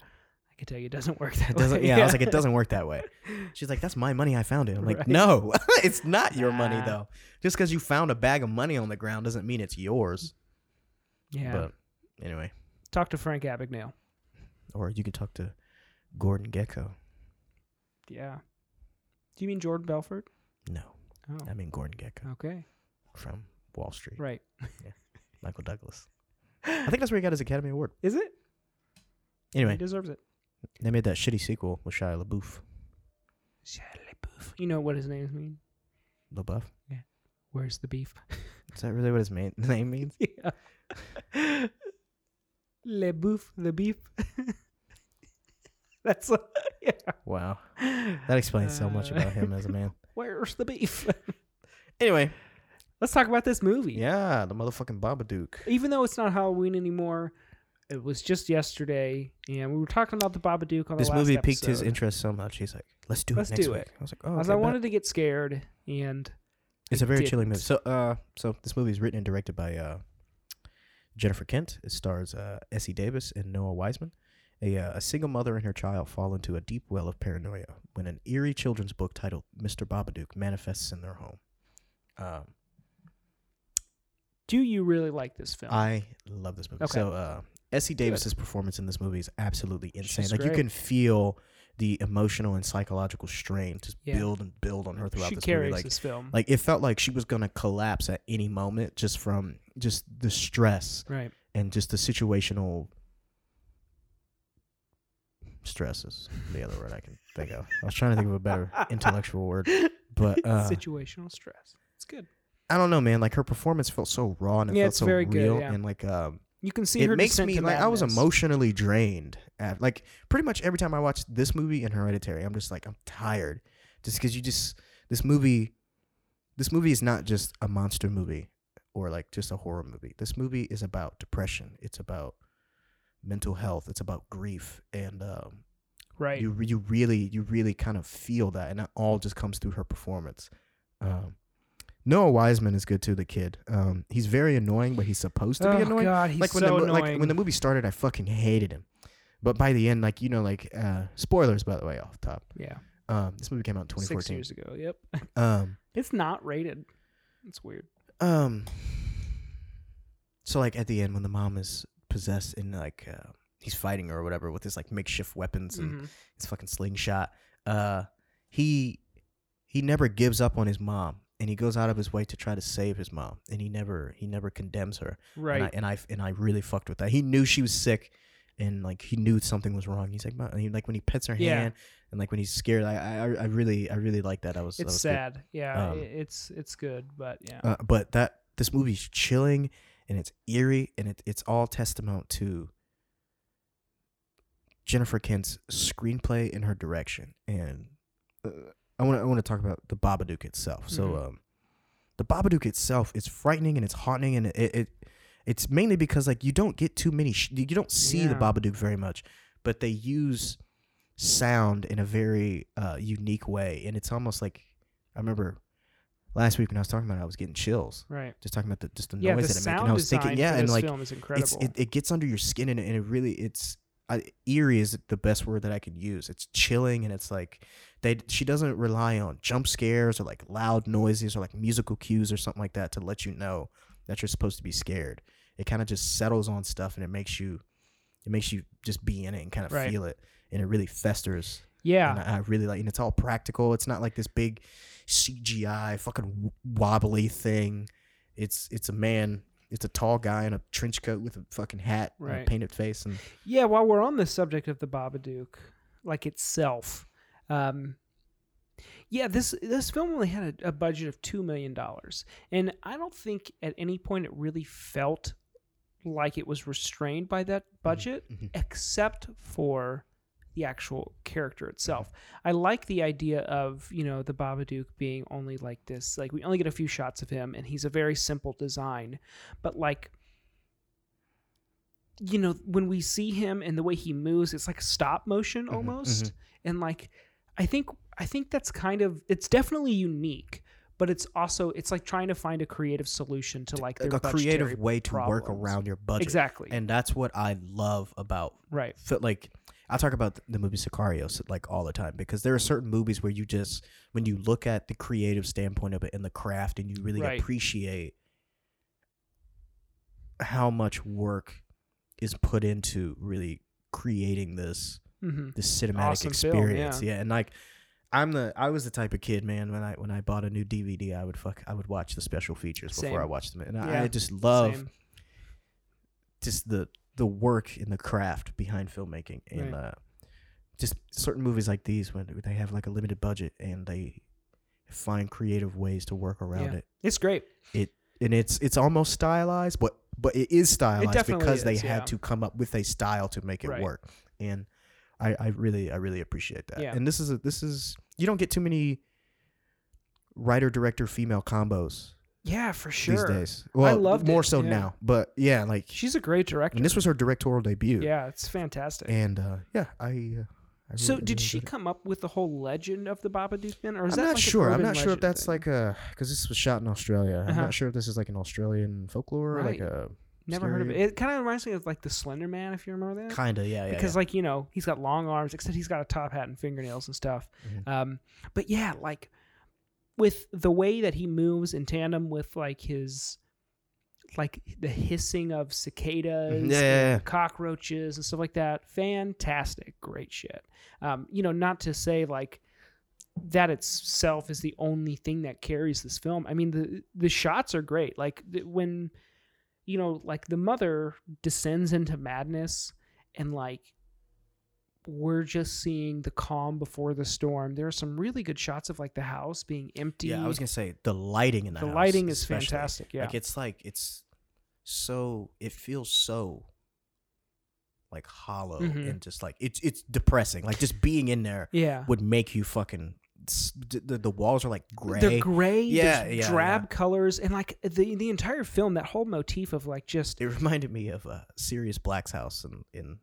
Speaker 2: I can tell you it doesn't work (laughs)
Speaker 1: (sighs)
Speaker 2: that
Speaker 1: It doesn't.
Speaker 2: way.
Speaker 1: Yeah, I was like, it doesn't work that way. She's like, that's my money. I found it. I'm like,
Speaker 2: Right.
Speaker 1: no, (laughs) it's not your money
Speaker 2: Nah.
Speaker 1: though. Just because you found a bag of money on the ground doesn't mean it's yours.
Speaker 2: Yeah.
Speaker 1: But anyway,
Speaker 2: Talk to Frank Abagnale.
Speaker 1: or you could talk to Gordon Gecko.
Speaker 2: Yeah. Do you mean Jordan Belfort?
Speaker 1: No,
Speaker 2: Oh.
Speaker 1: I mean Gordon Gecko
Speaker 2: Okay.
Speaker 1: from Wall Street.
Speaker 2: Right.
Speaker 1: Michael Douglas. I think that's where he got his Academy Award.
Speaker 2: Is it? He
Speaker 1: Anyway,
Speaker 2: deserves it.
Speaker 1: they made that shitty sequel with Shia LaBeouf.
Speaker 2: Shia LaBeouf. You know what his names mean?
Speaker 1: LaBeouf.
Speaker 2: Where's the beef? (laughs)
Speaker 1: Is that really what his main (laughs) name means?
Speaker 2: yeah. Le bouf, the beef. (laughs) That's what, yeah.
Speaker 1: Wow, that explains so much
Speaker 2: Uh,
Speaker 1: about him as a
Speaker 2: (laughs)
Speaker 1: man.
Speaker 2: Where's the beef? (laughs)
Speaker 1: Anyway,
Speaker 2: Let's talk about this movie.
Speaker 1: yeah, the motherfucking Babadook.
Speaker 2: Even though it's not Halloween anymore, it was just yesterday, and we were talking about the Babadook on
Speaker 1: this
Speaker 2: the last
Speaker 1: movie piqued his
Speaker 2: episode.
Speaker 1: interest so much. He's like, "Let's do
Speaker 2: Let's
Speaker 1: it next
Speaker 2: do
Speaker 1: week."
Speaker 2: it.
Speaker 1: I was like, "Oh,
Speaker 2: As
Speaker 1: okay,
Speaker 2: I
Speaker 1: bet."
Speaker 2: wanted to get scared, and
Speaker 1: it's
Speaker 2: I
Speaker 1: a very chilling movie." So,
Speaker 2: didn't.
Speaker 1: uh, so this movie is written and directed by uh, Jennifer Kent. It stars uh, Essie Davis and Noah Wiseman. A, uh, a single mother and her child fall into a deep well of paranoia when an eerie children's book titled "Mr. Babadook" manifests in their home. Um,
Speaker 2: do you really like this film?
Speaker 1: I love this movie.
Speaker 2: Okay.
Speaker 1: So uh, Essie Davis's performance in this movie is absolutely insane.
Speaker 2: She's
Speaker 1: like
Speaker 2: great.
Speaker 1: you can feel the emotional and psychological strain just
Speaker 2: Yeah.
Speaker 1: build and build on her throughout
Speaker 2: she
Speaker 1: this
Speaker 2: carries
Speaker 1: movie. Like,
Speaker 2: this film.
Speaker 1: like it felt like she was gonna collapse at any moment just from just the stress
Speaker 2: right.
Speaker 1: and just the situational stresses. The other word I can think of. I was trying to think of a
Speaker 2: (laughs)
Speaker 1: better intellectual word, but uh,
Speaker 2: Situational stress. It's good.
Speaker 1: I don't know, man. Like her performance felt so raw and it
Speaker 2: Yeah,
Speaker 1: felt
Speaker 2: it's
Speaker 1: so
Speaker 2: very good,
Speaker 1: real
Speaker 2: yeah.
Speaker 1: and like um,
Speaker 2: You can see
Speaker 1: it
Speaker 2: her
Speaker 1: makes
Speaker 2: descent
Speaker 1: me
Speaker 2: to
Speaker 1: like I was
Speaker 2: madness.
Speaker 1: emotionally drained. At, like pretty much every time I watch this movie and Hereditary, I'm just like I'm tired, just because you just this movie, this movie is not just a monster movie or like just a horror movie. This movie is about depression. It's about mental health. It's about grief, and um,
Speaker 2: Right.
Speaker 1: you you really you really kind of feel that, and that all just comes through her performance. Um, Noah Wiseman is good too. The kid, um, he's very annoying, but he's supposed to be
Speaker 2: oh
Speaker 1: annoying
Speaker 2: God, he's
Speaker 1: like when
Speaker 2: so
Speaker 1: the, mo-
Speaker 2: annoying.
Speaker 1: like when the movie started, I fucking hated him. But by the end, like you know, like uh, spoilers by the way, off top.
Speaker 2: yeah,
Speaker 1: Um, this movie came out in
Speaker 2: six
Speaker 1: 2014.
Speaker 2: years ago. Yep,
Speaker 1: Um,
Speaker 2: it's not rated. It's weird.
Speaker 1: um, so like at the end when the mom is possessed and like uh, he's fighting her or whatever with his like makeshift weapons and
Speaker 2: Mhm.
Speaker 1: his fucking slingshot. Uh, he he never gives up on his mom, and he goes out of his way to try to save his mom, and he never he never condemns her.
Speaker 2: Right.
Speaker 1: And I, and I and I really fucked with that. He knew she was sick, and like he knew something was wrong. He's like, "Ma-" and he, like when he pets her
Speaker 2: Yeah.
Speaker 1: hand, and like when he's scared. I I, I really I really like that. I was that
Speaker 2: it's
Speaker 1: was good.
Speaker 2: sad. Yeah,
Speaker 1: Um,
Speaker 2: i- it's it's good, but yeah,
Speaker 1: Uh, but that this movie's chilling and it's eerie and it, it's all testament to Jennifer Kent's screenplay and her direction. And uh, I want to I want to talk about the Babadook itself. So
Speaker 2: Mhm.
Speaker 1: um, the Babadook itself is frightening and it's haunting and it, it, it's mainly because like you don't get too many sh- you don't see the
Speaker 2: Yeah.
Speaker 1: Babadook very much, but they use sound in a very uh, unique way and it's almost like I remember last week when I was talking about it, I was getting chills
Speaker 2: right.
Speaker 1: just talking about the just the
Speaker 2: Yeah, the
Speaker 1: noise that it makes.
Speaker 2: sound
Speaker 1: And I was
Speaker 2: design
Speaker 1: thinking, yeah,
Speaker 2: for
Speaker 1: and
Speaker 2: this
Speaker 1: like
Speaker 2: film
Speaker 1: it's
Speaker 2: is incredible.
Speaker 1: it, it gets under your skin and, it- and it really it's I, eerie is the best word that I could use. It's chilling and it's like they she doesn't rely on jump scares or like loud noises or like musical cues or something like that to let you know that you're supposed to be scared. it kind of just settles on stuff and it makes you it makes you just be in it and kind of
Speaker 2: Right.
Speaker 1: feel it and it really festers and
Speaker 2: Yeah.
Speaker 1: I, I really like and it's all practical it's not like this big cgi fucking w- wobbly thing it's it's a man it's a tall guy in a trench coat with a fucking hat and a
Speaker 2: Right.
Speaker 1: painted face and
Speaker 2: Yeah, while we're on the subject of the Babadook, like itself, um, yeah, this this film only had a, a budget of two million dollars, and I don't think at any point it really felt like it was restrained by that budget,
Speaker 1: mhm.
Speaker 2: except for the actual character itself. I like the idea of you know the Babadook being only like this, like we only get a few shots of him, and he's a very simple design, but like you know when we see him and the way he moves it's like stop motion
Speaker 1: Mm-hmm,
Speaker 2: almost and like i think i think that's kind of it's definitely unique but it's also it's like trying to find a creative solution to like their
Speaker 1: a creative
Speaker 2: budgetary
Speaker 1: way to work
Speaker 2: problems.
Speaker 1: around your budget
Speaker 2: exactly
Speaker 1: and that's what i love about
Speaker 2: right
Speaker 1: felt like I talk about the movie Sicarios like all the time because there are certain movies where you just when you look at the creative standpoint of it and the craft and you really
Speaker 2: Right.
Speaker 1: appreciate how much work is put into really creating this
Speaker 2: hmm
Speaker 1: this cinematic
Speaker 2: Awesome film,
Speaker 1: experience. yeah. and like I'm the I was the type of kid, man, when I when I bought a new DVD, I would fuck I would watch the special features before
Speaker 2: Same.
Speaker 1: I watched them. And I,
Speaker 2: Yeah,
Speaker 1: I just love
Speaker 2: Same.
Speaker 1: just the the work and the craft behind filmmaking and
Speaker 2: Right.
Speaker 1: uh, just certain movies like these when they have like a limited budget and they find creative ways to work around
Speaker 2: Yeah.
Speaker 1: it
Speaker 2: it's great
Speaker 1: and it's it's almost stylized but but it is stylized
Speaker 2: definitely
Speaker 1: because they
Speaker 2: is, yeah.
Speaker 1: had to come up with a style to make it
Speaker 2: Right.
Speaker 1: work and I, I really I really appreciate that
Speaker 2: Yeah.
Speaker 1: and this is a, this is you don't get too many writer director female combos
Speaker 2: yeah for sure
Speaker 1: these days well
Speaker 2: loved
Speaker 1: more
Speaker 2: it,
Speaker 1: so
Speaker 2: yeah.
Speaker 1: now but yeah like
Speaker 2: she's a great director
Speaker 1: and this was her directorial debut
Speaker 2: yeah it's fantastic
Speaker 1: and uh, yeah, I. Uh, I really-
Speaker 2: so
Speaker 1: really
Speaker 2: did she
Speaker 1: enjoyed it.
Speaker 2: come up with the whole legend of the Babadook then or is
Speaker 1: I'm
Speaker 2: that
Speaker 1: not
Speaker 2: like an
Speaker 1: sure. I'm
Speaker 2: urban
Speaker 1: not sure if
Speaker 2: legend
Speaker 1: that's
Speaker 2: thing?
Speaker 1: like a because this was shot in Australia. I'm
Speaker 2: Uh-huh.
Speaker 1: not sure if this is like an Australian folklore, or like
Speaker 2: Right.
Speaker 1: a
Speaker 2: never heard of it
Speaker 1: scary-
Speaker 2: it kind of reminds me of like the Slender Man if you remember that
Speaker 1: kinda. Yeah, yeah.
Speaker 2: because like you know he's got long arms except he's got a top hat and fingernails and stuff
Speaker 1: Mhm.
Speaker 2: um but yeah like with the way that he moves in tandem with like his like the hissing of cicadas
Speaker 1: Mm-hmm. Yeah, yeah, yeah.
Speaker 2: and cockroaches and stuff like that fantastic great shit um you know not to say like that itself is the only thing that carries this film i mean the the shots are great like th- when you know like the mother descends into madness and like we're just seeing the calm before the storm. There are some really good shots of like the house being empty.
Speaker 1: yeah. I was gonna say the lighting in the
Speaker 2: the
Speaker 1: house
Speaker 2: lighting is
Speaker 1: especially.
Speaker 2: fantastic. Yeah.
Speaker 1: Like it's like it's so it feels so like hollow
Speaker 2: Mhm.
Speaker 1: and just like it's it's depressing. Like just being in there
Speaker 2: yeah.
Speaker 1: would make you fucking. s- The, the- the walls are like gray.
Speaker 2: They're gray,
Speaker 1: Yeah,
Speaker 2: there's
Speaker 1: yeah, yeah.
Speaker 2: drab colors, and like the the entire film, that whole motif of like just
Speaker 1: It reminded me of uh, Sirius Black's house in, in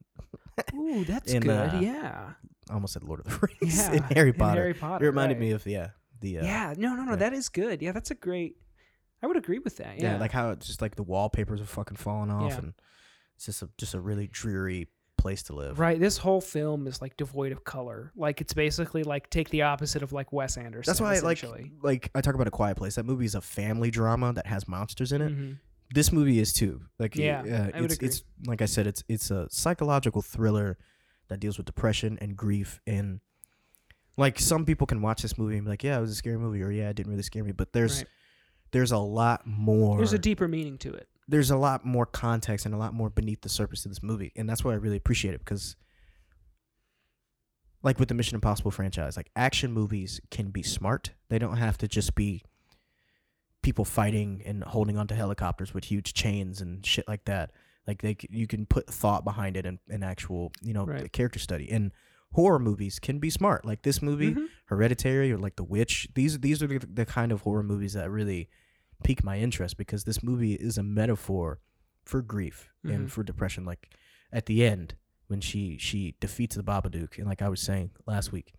Speaker 2: ooh, that's
Speaker 1: In,
Speaker 2: good,
Speaker 1: uh, (laughs)
Speaker 2: yeah,
Speaker 1: I almost said Lord of the (laughs) Rings
Speaker 2: yeah.
Speaker 1: in Harry Potter.
Speaker 2: Harry Potter,
Speaker 1: it reminded
Speaker 2: right.
Speaker 1: me of yeah the uh,
Speaker 2: Yeah. no, no, no,
Speaker 1: yeah.
Speaker 2: that is good. Yeah, that's a great. I would agree with that.
Speaker 1: yeah,
Speaker 2: Yeah,
Speaker 1: like how it's just like the wallpapers are fucking falling off
Speaker 2: Yeah.
Speaker 1: and it's just a just a really dreary place to live.
Speaker 2: right. This whole film is like devoid of color. Like it's basically like take the opposite of like Wes Anderson.
Speaker 1: That's why I like
Speaker 2: essentially.
Speaker 1: like I talk about a quiet place. That movie is a family drama that has monsters in it.
Speaker 2: Mhm.
Speaker 1: This movie is too. Like
Speaker 2: Yeah,
Speaker 1: uh,
Speaker 2: I
Speaker 1: it's,
Speaker 2: would agree.
Speaker 1: it's like I said it's it's a psychological thriller that deals with depression and grief and like some people can watch this movie and be like, yeah, it was a scary movie, or yeah, it didn't really scare me. But there's
Speaker 2: Right.
Speaker 1: there's a lot more.
Speaker 2: There's a deeper meaning to it.
Speaker 1: there's a lot more context and a lot more beneath the surface of this movie, and that's why I really appreciate it because, like with the Mission Impossible franchise, like action movies can be smart. They don't have to just be people fighting and holding onto helicopters with huge chains and shit like that. Like they, c- you can put thought behind it and an actual, you know,
Speaker 2: Right.
Speaker 1: character study. And horror movies can be smart. Like this movie,
Speaker 2: Mhm.
Speaker 1: Hereditary or like The Witch. These these are the, the kind of horror movies that really pique my interest because this movie is a metaphor for grief
Speaker 2: Mhm.
Speaker 1: and for depression. Like at the end when she she defeats the Babadook and like I was saying last week,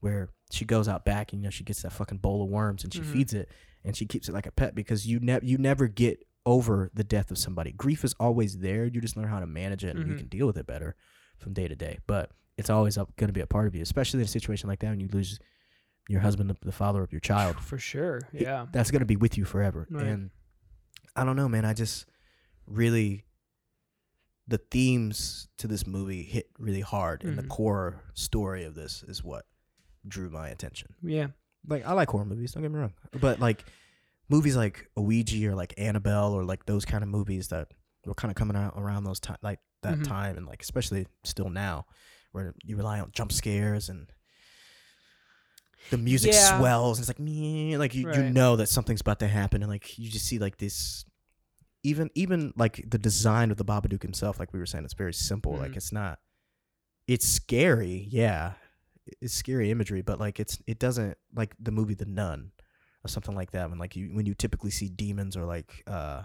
Speaker 1: where she goes out back and you know she gets that fucking bowl of worms and she
Speaker 2: Mhm.
Speaker 1: feeds it and she keeps it like a pet because you never you never get over the death of somebody. Grief is always there. You just learn how to manage it and you
Speaker 2: Mhm.
Speaker 1: can deal with it better from day to day. But it's always up going to be a part of you, especially in a situation like that when you lose your husband, the, the father of your child.
Speaker 2: for sure.
Speaker 1: It-
Speaker 2: Yeah.
Speaker 1: That's going to be with you forever.
Speaker 2: Right.
Speaker 1: And I don't know, man. I just really the themes to this movie hit really hard and
Speaker 2: Mhm.
Speaker 1: the core story of this is what drew my attention
Speaker 2: Yeah.
Speaker 1: like i like horror movies don't get me wrong but like movies like ouija or like annabelle or like those kind of movies that were kind of coming out around those time like that
Speaker 2: Mhm.
Speaker 1: time and like especially still now where you rely on jump scares and the music
Speaker 2: Yeah.
Speaker 1: swells and it's like meh, like you, you
Speaker 2: Right.
Speaker 1: know that something's about to happen and like you just see like this even even like the design of the Babadook himself, like we were saying, it's very simple. Like
Speaker 2: Mhm.
Speaker 1: it's not it's scary, yeah. It's scary imagery, but like it's it doesn't like the movie The Nun or something like that when like you when you typically see demons or like uh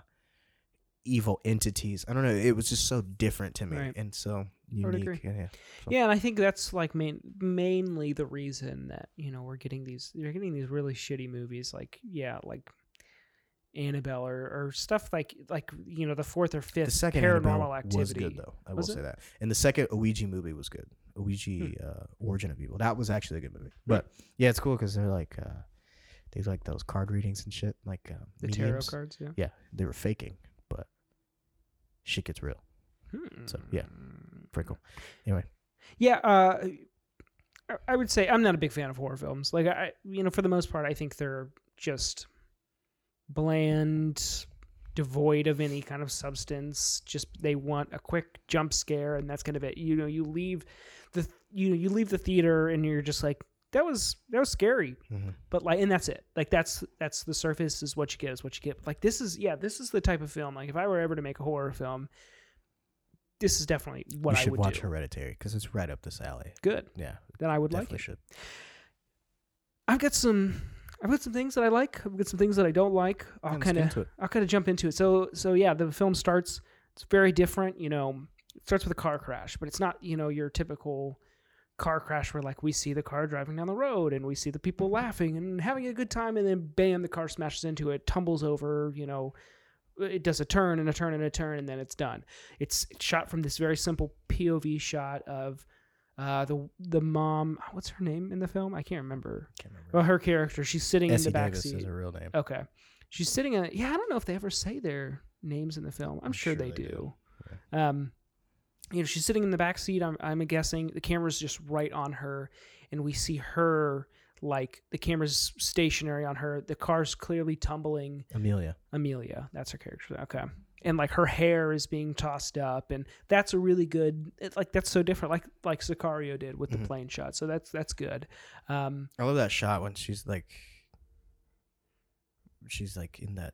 Speaker 1: evil entities. I don't know, it was just so different to me
Speaker 2: Right.
Speaker 1: and so
Speaker 2: would
Speaker 1: unique. Yeah, yeah. So-
Speaker 2: Yeah, and I think that's like main, mainly the reason that you know we're getting these you're getting these really shitty movies like yeah like Annabelle or, or stuff like like you know the fourth or fifth
Speaker 1: The second
Speaker 2: paranormal
Speaker 1: Annabelle
Speaker 2: activity
Speaker 1: was good though. I
Speaker 2: Was
Speaker 1: will
Speaker 2: it? Hmm.
Speaker 1: say that. And the second Ouija movie was good. Ouija uh, Origin of Evil. That was actually a good movie. But yeah, it's cool because they're like uh, they like those card readings and shit. Like um,
Speaker 2: the
Speaker 1: mediums.
Speaker 2: tarot cards yeah
Speaker 1: Yeah, they were faking, but shit gets real. So, yeah.
Speaker 2: Hmm.
Speaker 1: Pretty cool.
Speaker 2: Yeah, uh, I- I would say I'm not a big fan of horror films. Like I, you know, for the most part, I think they're just bland, devoid of any kind of substance. Just they want a quick jump scare, and that's kind of it. You know, you leave the you know you leave the theater, and you're just like, that was that was scary
Speaker 1: Mhm.
Speaker 2: but like and that's it like that's that's the surface is what you get is what you get like this is yeah this is the type of film like if i were ever to make a horror film this is definitely what
Speaker 1: you
Speaker 2: i
Speaker 1: should
Speaker 2: would
Speaker 1: watch
Speaker 2: do
Speaker 1: Hereditary because it's right up this alley.
Speaker 2: good
Speaker 1: Yeah,
Speaker 2: then i would
Speaker 1: definitely
Speaker 2: like it
Speaker 1: should.
Speaker 2: i've got some i've got some things that i like i've got some things that i don't like i'll
Speaker 1: Yeah, let's get
Speaker 2: kind of
Speaker 1: into it.
Speaker 2: I'll kind of jump into it. So, so yeah, the film starts. It's very different. You know, it starts with a car crash, but it's not you know your typical car crash where like we see the car driving down the road and we see the people laughing and having a good time, and then bam, the car smashes into it, tumbles over. You know, it does a turn and a turn and a turn, and then it's done. It's shot from this very simple POV shot of. Uh, the the mom, what's her name in the film? I can't remember.
Speaker 1: Can't remember.
Speaker 2: Well, her character, she's sitting in
Speaker 1: Essie
Speaker 2: the back
Speaker 1: Davis
Speaker 2: seat.
Speaker 1: is her real name.
Speaker 2: Okay. She's sitting in. Yeah, I don't know if they ever say their names in the film. I'm, sure, they, do. Um, you know, she's sitting in the back seat. I'm, I'm guessing the camera's just right on her, and we see her like the camera's stationary on her. The car's clearly tumbling.
Speaker 1: Amelia.
Speaker 2: Amelia, that's her character. Okay. And like her hair is being tossed up, and that's a really good. It, like that's so different, like like Sicario did with the
Speaker 1: Mhm.
Speaker 2: plane shot. So that's that's good. Um,
Speaker 1: I love that shot when she's like, she's like in that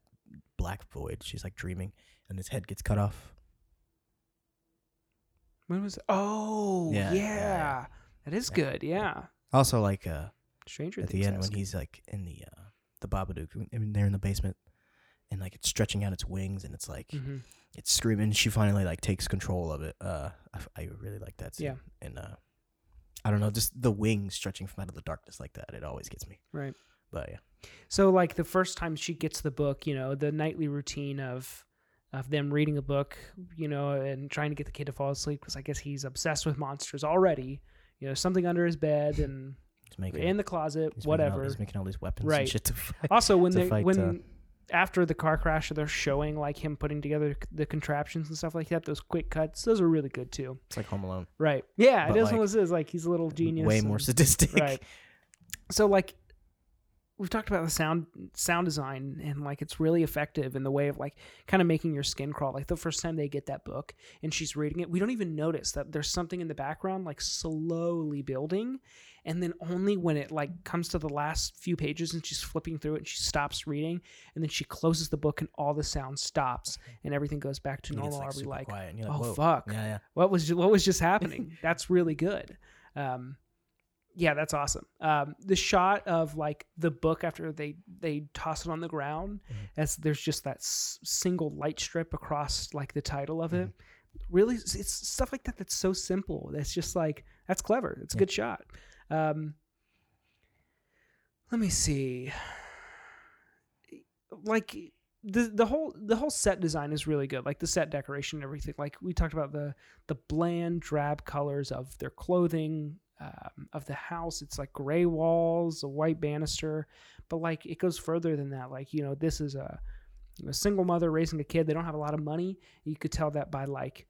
Speaker 1: black void. She's like dreaming, and his head gets cut off.
Speaker 2: When was oh yeah,
Speaker 1: Yeah, yeah, yeah.
Speaker 2: that is
Speaker 1: Yeah.
Speaker 2: good yeah.
Speaker 1: Also, like uh,
Speaker 2: Stranger
Speaker 1: at the
Speaker 2: Things
Speaker 1: end when
Speaker 2: esque.
Speaker 1: he's like in the uh, the Babadook, I mean, they're in the basement, and like it's stretching out its wings, and it's like
Speaker 2: Mhm.
Speaker 1: it's screaming. She finally like takes control of it. Uh, I, f- I really like that scene.
Speaker 2: Yeah.
Speaker 1: And uh, I don't know, just the wings stretching from out of the darkness like that. It always gets me.
Speaker 2: right.
Speaker 1: But yeah,
Speaker 2: So like the first time she gets the book, you know, the nightly routine of of them reading a book, you know, and trying to get the kid to fall asleep because I guess he's obsessed with monsters already. You know, something under his bed and
Speaker 1: he's making
Speaker 2: in the closet,
Speaker 1: he's making all- (laughs)
Speaker 2: whatever.
Speaker 1: he's making all these weapons
Speaker 2: Right.
Speaker 1: and shit to (laughs) fight.
Speaker 2: also when
Speaker 1: to
Speaker 2: they
Speaker 1: fight,
Speaker 2: when
Speaker 1: uh,
Speaker 2: after the car crash they're showing like him putting together the contraptions and stuff like that those quick cuts those are really good too
Speaker 1: It's like Home Alone.
Speaker 2: right yeah
Speaker 1: But,
Speaker 2: it is
Speaker 1: like,
Speaker 2: what it is like he's a little genius
Speaker 1: Way more
Speaker 2: and-
Speaker 1: sadistic. (laughs)
Speaker 2: right so like we've talked about the sound sound design and like it's really effective in the way of like kind of making your skin crawl like the first time they get that book and she's reading it we don't even notice that there's something in the background like slowly building and then only when it like comes to the last few pages and she's flipping through it and she stops reading and then she closes the book and all the sound stops and everything goes back to
Speaker 1: And it's,
Speaker 2: normal
Speaker 1: like,
Speaker 2: are we
Speaker 1: super
Speaker 2: like
Speaker 1: quiet, and you're
Speaker 2: oh
Speaker 1: "Whoa."
Speaker 2: fuck
Speaker 1: Yeah, yeah.
Speaker 2: what was what was just happening that's really good um yeah that's awesome um the shot of like the book after they they toss it on the ground
Speaker 1: Mhm.
Speaker 2: as there's just that s- single light strip across like the title of it really it's it's stuff like that that's so simple that's just like that's clever it's a
Speaker 1: Yeah.
Speaker 2: good shot um let me see like the the whole the whole set design is really good like the set decoration and everything like we talked about the the bland drab colors of their clothing um, of the house it's like gray walls a white banister but like it goes further than that like you know this is a a single mother raising a kid. They don't have a lot of money. You could tell that by like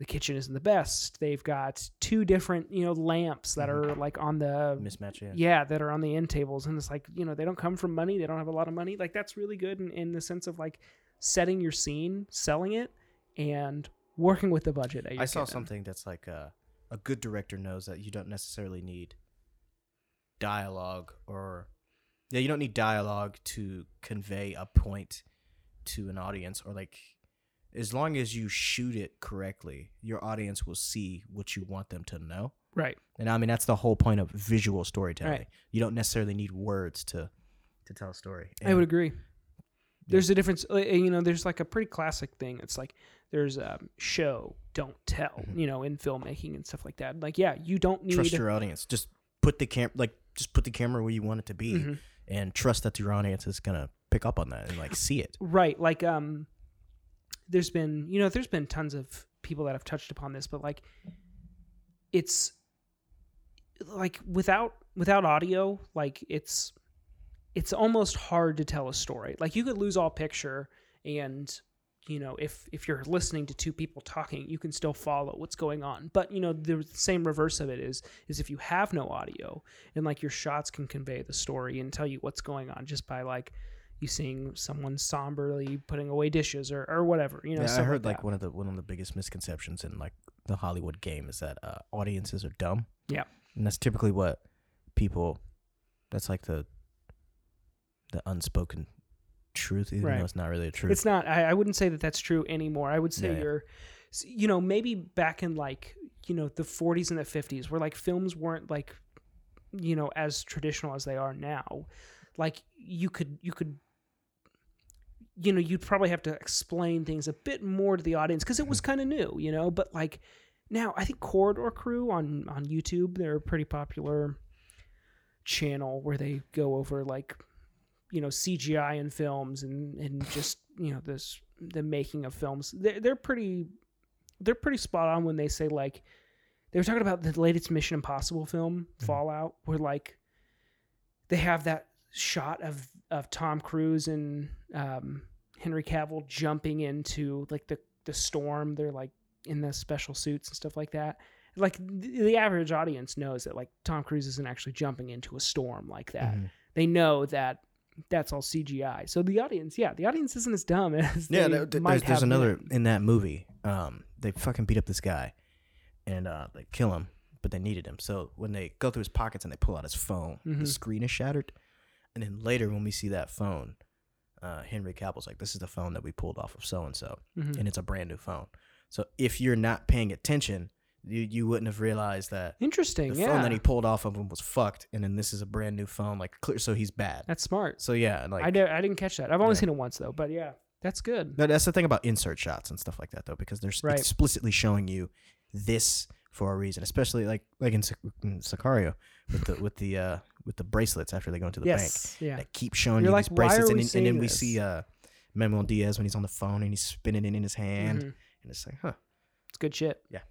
Speaker 2: the kitchen isn't the best. They've got two different, you know, lamps that are like on the
Speaker 1: Mismatch, yeah.
Speaker 2: Um, yeah, that are on the end tables. And it's like, you know, they don't come from money. They don't have a lot of money. Like, that's really good in, in the sense of like setting your scene, selling it, and working with the budget. that
Speaker 1: I
Speaker 2: you're
Speaker 1: saw
Speaker 2: given.
Speaker 1: something that's like a, a good director knows that you don't necessarily need dialogue or yeah, you don't need dialogue to convey a point to an audience or like as long as you shoot it correctly, your audience will see what you want them to know.
Speaker 2: Right.
Speaker 1: And I mean that's the whole point of visual storytelling. You don't necessarily need words to to tell a story.
Speaker 2: I
Speaker 1: And
Speaker 2: would agree. There's a difference, uh, you know. There's like a pretty classic thing. It's like there's um, show, don't tell, you know, in filmmaking and stuff like that. Like, yeah, you don't need
Speaker 1: Mm-hmm. trust your audience. Just put the cam like just put the camera where you want it to be
Speaker 2: Mhm.
Speaker 1: and trust that your audience is gonna pick up on that and like see it.
Speaker 2: right like um there's been you know there's been tons of people that have touched upon this but like it's like without without audio like it's it's almost hard to tell a story like you could lose all picture and you know if if you're listening to two people talking you can still follow what's going on but you know the same reverse of it is is if you have no audio and like your shots can convey the story and tell you what's going on just by like you seeing someone somberly putting away dishes or, or whatever (sighs) you know
Speaker 1: yeah, I
Speaker 2: stuff
Speaker 1: heard like
Speaker 2: that.
Speaker 1: one of the one of the biggest misconceptions in like the Hollywood game is that uh, audiences are dumb.
Speaker 2: Yeah.
Speaker 1: and that's typically what people. That's like the the unspoken truth, even
Speaker 2: Right.
Speaker 1: though it's not really a truth.
Speaker 2: It's not. I, I wouldn't say that that's true anymore. I would say
Speaker 1: Yeah, yeah.
Speaker 2: you're, s- you know, maybe back in like you know the 40s and the 50s, where like films weren't like, you know, as traditional as they are now. Like you could you could. You know, you'd probably have to explain things a bit more to the audience because it was
Speaker 1: Mm-hmm.
Speaker 2: kind of new, you know. But like now, I think Corridor Crew on on YouTube, they're a pretty popular channel where they go over like you know CGI in films and and just you know this the making of films. They're they're pretty they're pretty spot on when they say like they were talking about the latest Mission Impossible film Fallout, where like they have that shot of of Tom Cruise and um, Henry Cavill jumping into like the the storm. They're like in the special suits and stuff like that. Like the, the average audience knows that like Tom Cruise isn't actually jumping into a storm like that
Speaker 1: Mhm.
Speaker 2: they know that that's all CGI. So the audience, yeah, the audience isn't as dumb (laughs) as
Speaker 1: Yeah,
Speaker 2: they
Speaker 1: there- there-
Speaker 2: might
Speaker 1: there's, there's
Speaker 2: have
Speaker 1: another
Speaker 2: been.
Speaker 1: in that movie. Um, they fucking beat up this guy, and uh, they kill him, but they needed him. So when they go through his pockets and they pull out his phone, the
Speaker 2: Mhm.
Speaker 1: screen is shattered. And then later, when we see that phone, uh, Henry Cavill's like, "This is the phone that we pulled off of so and so,
Speaker 2: Mhm.
Speaker 1: and it's a brand new phone." So if you're not paying attention, you you wouldn't have realized that the
Speaker 2: Interesting, yeah,
Speaker 1: phone that he pulled off of him was fucked, and then this is a brand new phone. Like clear, so he's bad.
Speaker 2: that's smart.
Speaker 1: So yeah, like
Speaker 2: I did, I didn't catch that. I've only
Speaker 1: Yeah.
Speaker 2: seen it once though, but yeah, that's good.
Speaker 1: No, that's the thing about insert shots and stuff like that, though, because they're s-
Speaker 2: Right.
Speaker 1: explicitly showing you this for a reason. Especially like like in, Sic- in Sicario with the with the uh, with the bracelets after they go into the
Speaker 2: yes,
Speaker 1: bank.
Speaker 2: yeah,
Speaker 1: They keep showing
Speaker 2: You're
Speaker 1: you
Speaker 2: like,
Speaker 1: these
Speaker 2: "Why are
Speaker 1: bracelets,
Speaker 2: we
Speaker 1: and, then- and then
Speaker 2: seeing
Speaker 1: we
Speaker 2: this?"
Speaker 1: see uh, Manuel Diaz when he's on the phone and he's spinning it in his hand,
Speaker 2: Mhm.
Speaker 1: and it's like, huh,
Speaker 2: it's good shit.
Speaker 1: Yeah.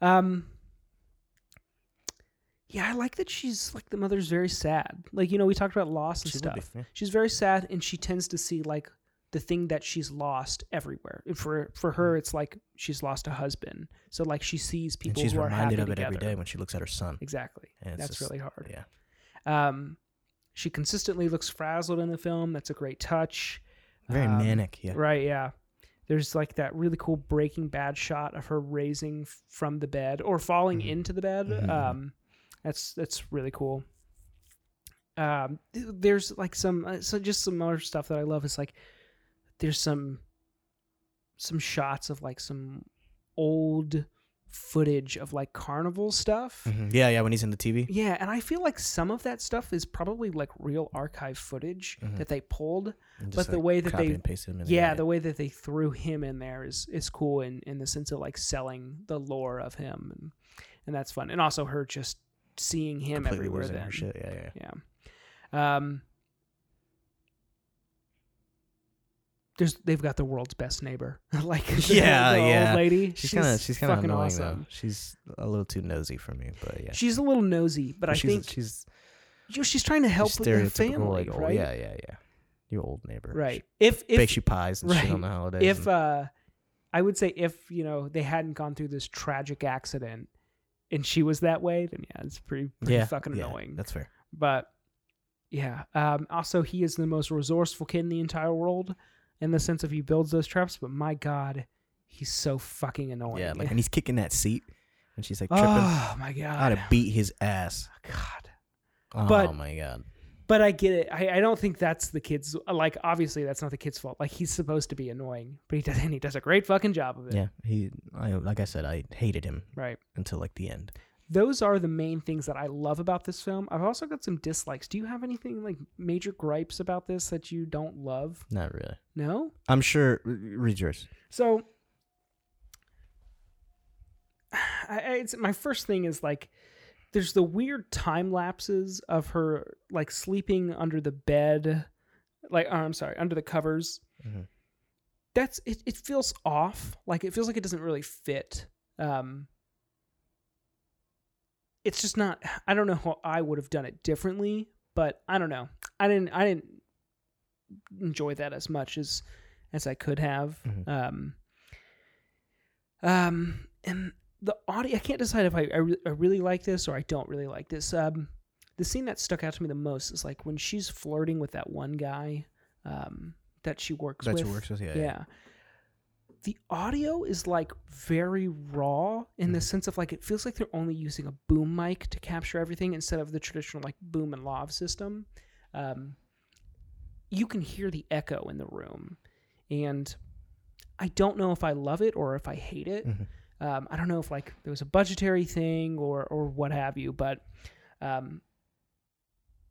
Speaker 2: Um. Yeah, I like that she's like the mother's very sad. Like you know, we talked about loss and
Speaker 1: she would
Speaker 2: stuff.
Speaker 1: be, yeah.
Speaker 2: She's very sad, and she tends to see like the thing that she's lost everywhere. And for for her, it's like she's lost a husband. So like she sees
Speaker 1: and
Speaker 2: people
Speaker 1: she's
Speaker 2: who are happy
Speaker 1: reminded of it
Speaker 2: together.
Speaker 1: every day when she looks at her son.
Speaker 2: Exactly.
Speaker 1: And it's
Speaker 2: That's
Speaker 1: just-
Speaker 2: really hard.
Speaker 1: Yeah,
Speaker 2: Um, she consistently looks frazzled in the film. That's a great touch.
Speaker 1: very
Speaker 2: Um,
Speaker 1: manic. Yeah,
Speaker 2: Right. Yeah. There's like that really cool Breaking Bad shot of her raising f- from the bed or falling
Speaker 1: Mhm.
Speaker 2: into the bed.
Speaker 1: Mhm.
Speaker 2: Um, that's that's really cool. Um, th- there's like some uh, so just some other stuff that I love is like there's some some shots of like some old footage of like carnival stuff.
Speaker 1: Mhm. yeah, yeah. When he's in the TV,
Speaker 2: Yeah, and I feel like some of that stuff is probably like real archive footage
Speaker 1: Mhm.
Speaker 2: that they pulled.
Speaker 1: And
Speaker 2: But
Speaker 1: just,
Speaker 2: the
Speaker 1: like,
Speaker 2: way that
Speaker 1: copy
Speaker 2: they-
Speaker 1: and paste him. in
Speaker 2: Yeah,
Speaker 1: edit.
Speaker 2: the way that they threw him in there is is cool in in the sense of like selling the lore of him, and and that's fun. And also her just seeing him
Speaker 1: completely
Speaker 2: everywhere.
Speaker 1: losing her
Speaker 2: Then.
Speaker 1: shit. Yeah, yeah.
Speaker 2: Yeah. Um. There's they've got the world's best neighbor, (laughs) like the,
Speaker 1: Yeah,
Speaker 2: the
Speaker 1: yeah.
Speaker 2: old lady.
Speaker 1: She's kind of she's kind of
Speaker 2: fucking
Speaker 1: annoying
Speaker 2: awesome.
Speaker 1: though. She's a little too nosy for me, but yeah.
Speaker 2: She's a little nosy, but I
Speaker 1: she's,
Speaker 2: think
Speaker 1: she's
Speaker 2: you know, she's trying to help
Speaker 1: she's
Speaker 2: with her
Speaker 1: stereotypical,
Speaker 2: family,
Speaker 1: like, oh,
Speaker 2: right?
Speaker 1: Yeah, yeah, yeah. Your old neighbor.
Speaker 2: right? If
Speaker 1: She
Speaker 2: if
Speaker 1: bakes you pies and shit on
Speaker 2: right.
Speaker 1: the holidays. (laughs)
Speaker 2: if
Speaker 1: and-
Speaker 2: uh i would say if you know they hadn't gone through this tragic accident and she was that way then yeah it's pretty, pretty
Speaker 1: yeah,
Speaker 2: fucking
Speaker 1: yeah,
Speaker 2: annoying
Speaker 1: That's fair.
Speaker 2: but yeah um also he is the most resourceful kid in the entire world in the sense of he builds those traps but my god he's so fucking annoying
Speaker 1: Yeah,
Speaker 2: (sighs)
Speaker 1: like and he's kicking that seat, and she's like tripping.
Speaker 2: oh my
Speaker 1: I'd
Speaker 2: god
Speaker 1: have beat his ass.
Speaker 2: god
Speaker 1: Oh
Speaker 2: But-
Speaker 1: my god.
Speaker 2: but i get it I, I don't think that's the kid's like obviously that's not the kid's fault like he's supposed to be annoying but he does and he does a great fucking job of it
Speaker 1: Yeah, he. I, like I said, I hated him
Speaker 2: right
Speaker 1: until like the end.
Speaker 2: those are the main things that I love about this film. I've also got some dislikes. Do you have anything like major gripes about this that you don't love?
Speaker 1: Not really.
Speaker 2: No?
Speaker 1: I'm sure. Read yours.
Speaker 2: So (sighs) I, I- it's my first thing is like there's the weird time lapses of her like sleeping under the bed like oh, I'm sorry, under the covers.
Speaker 1: Mhm.
Speaker 2: That's it it feels off. Like it feels like it doesn't really fit. Um it's just not I don't know how I would have done it differently, but I don't know. I didn't I didn't enjoy that as much as as I could have.
Speaker 1: Mhm.
Speaker 2: Um, um, and the audio, I can't decide if I, I, re- I really like this or I don't really like this. Um, the scene that stuck out to me the most is like when she's flirting with that one guy um, that she works
Speaker 1: That's
Speaker 2: with.
Speaker 1: your works with yeah.
Speaker 2: yeah. The audio is like very raw in the
Speaker 1: Mhm.
Speaker 2: sense of like it feels like they're only using a boom mic to capture everything instead of the traditional like boom and lav system. Um, you can hear the echo in the room and i don't know if i love it or if i hate it
Speaker 1: Mhm.
Speaker 2: um, i don't know if like there was a budgetary thing or or what have you but um,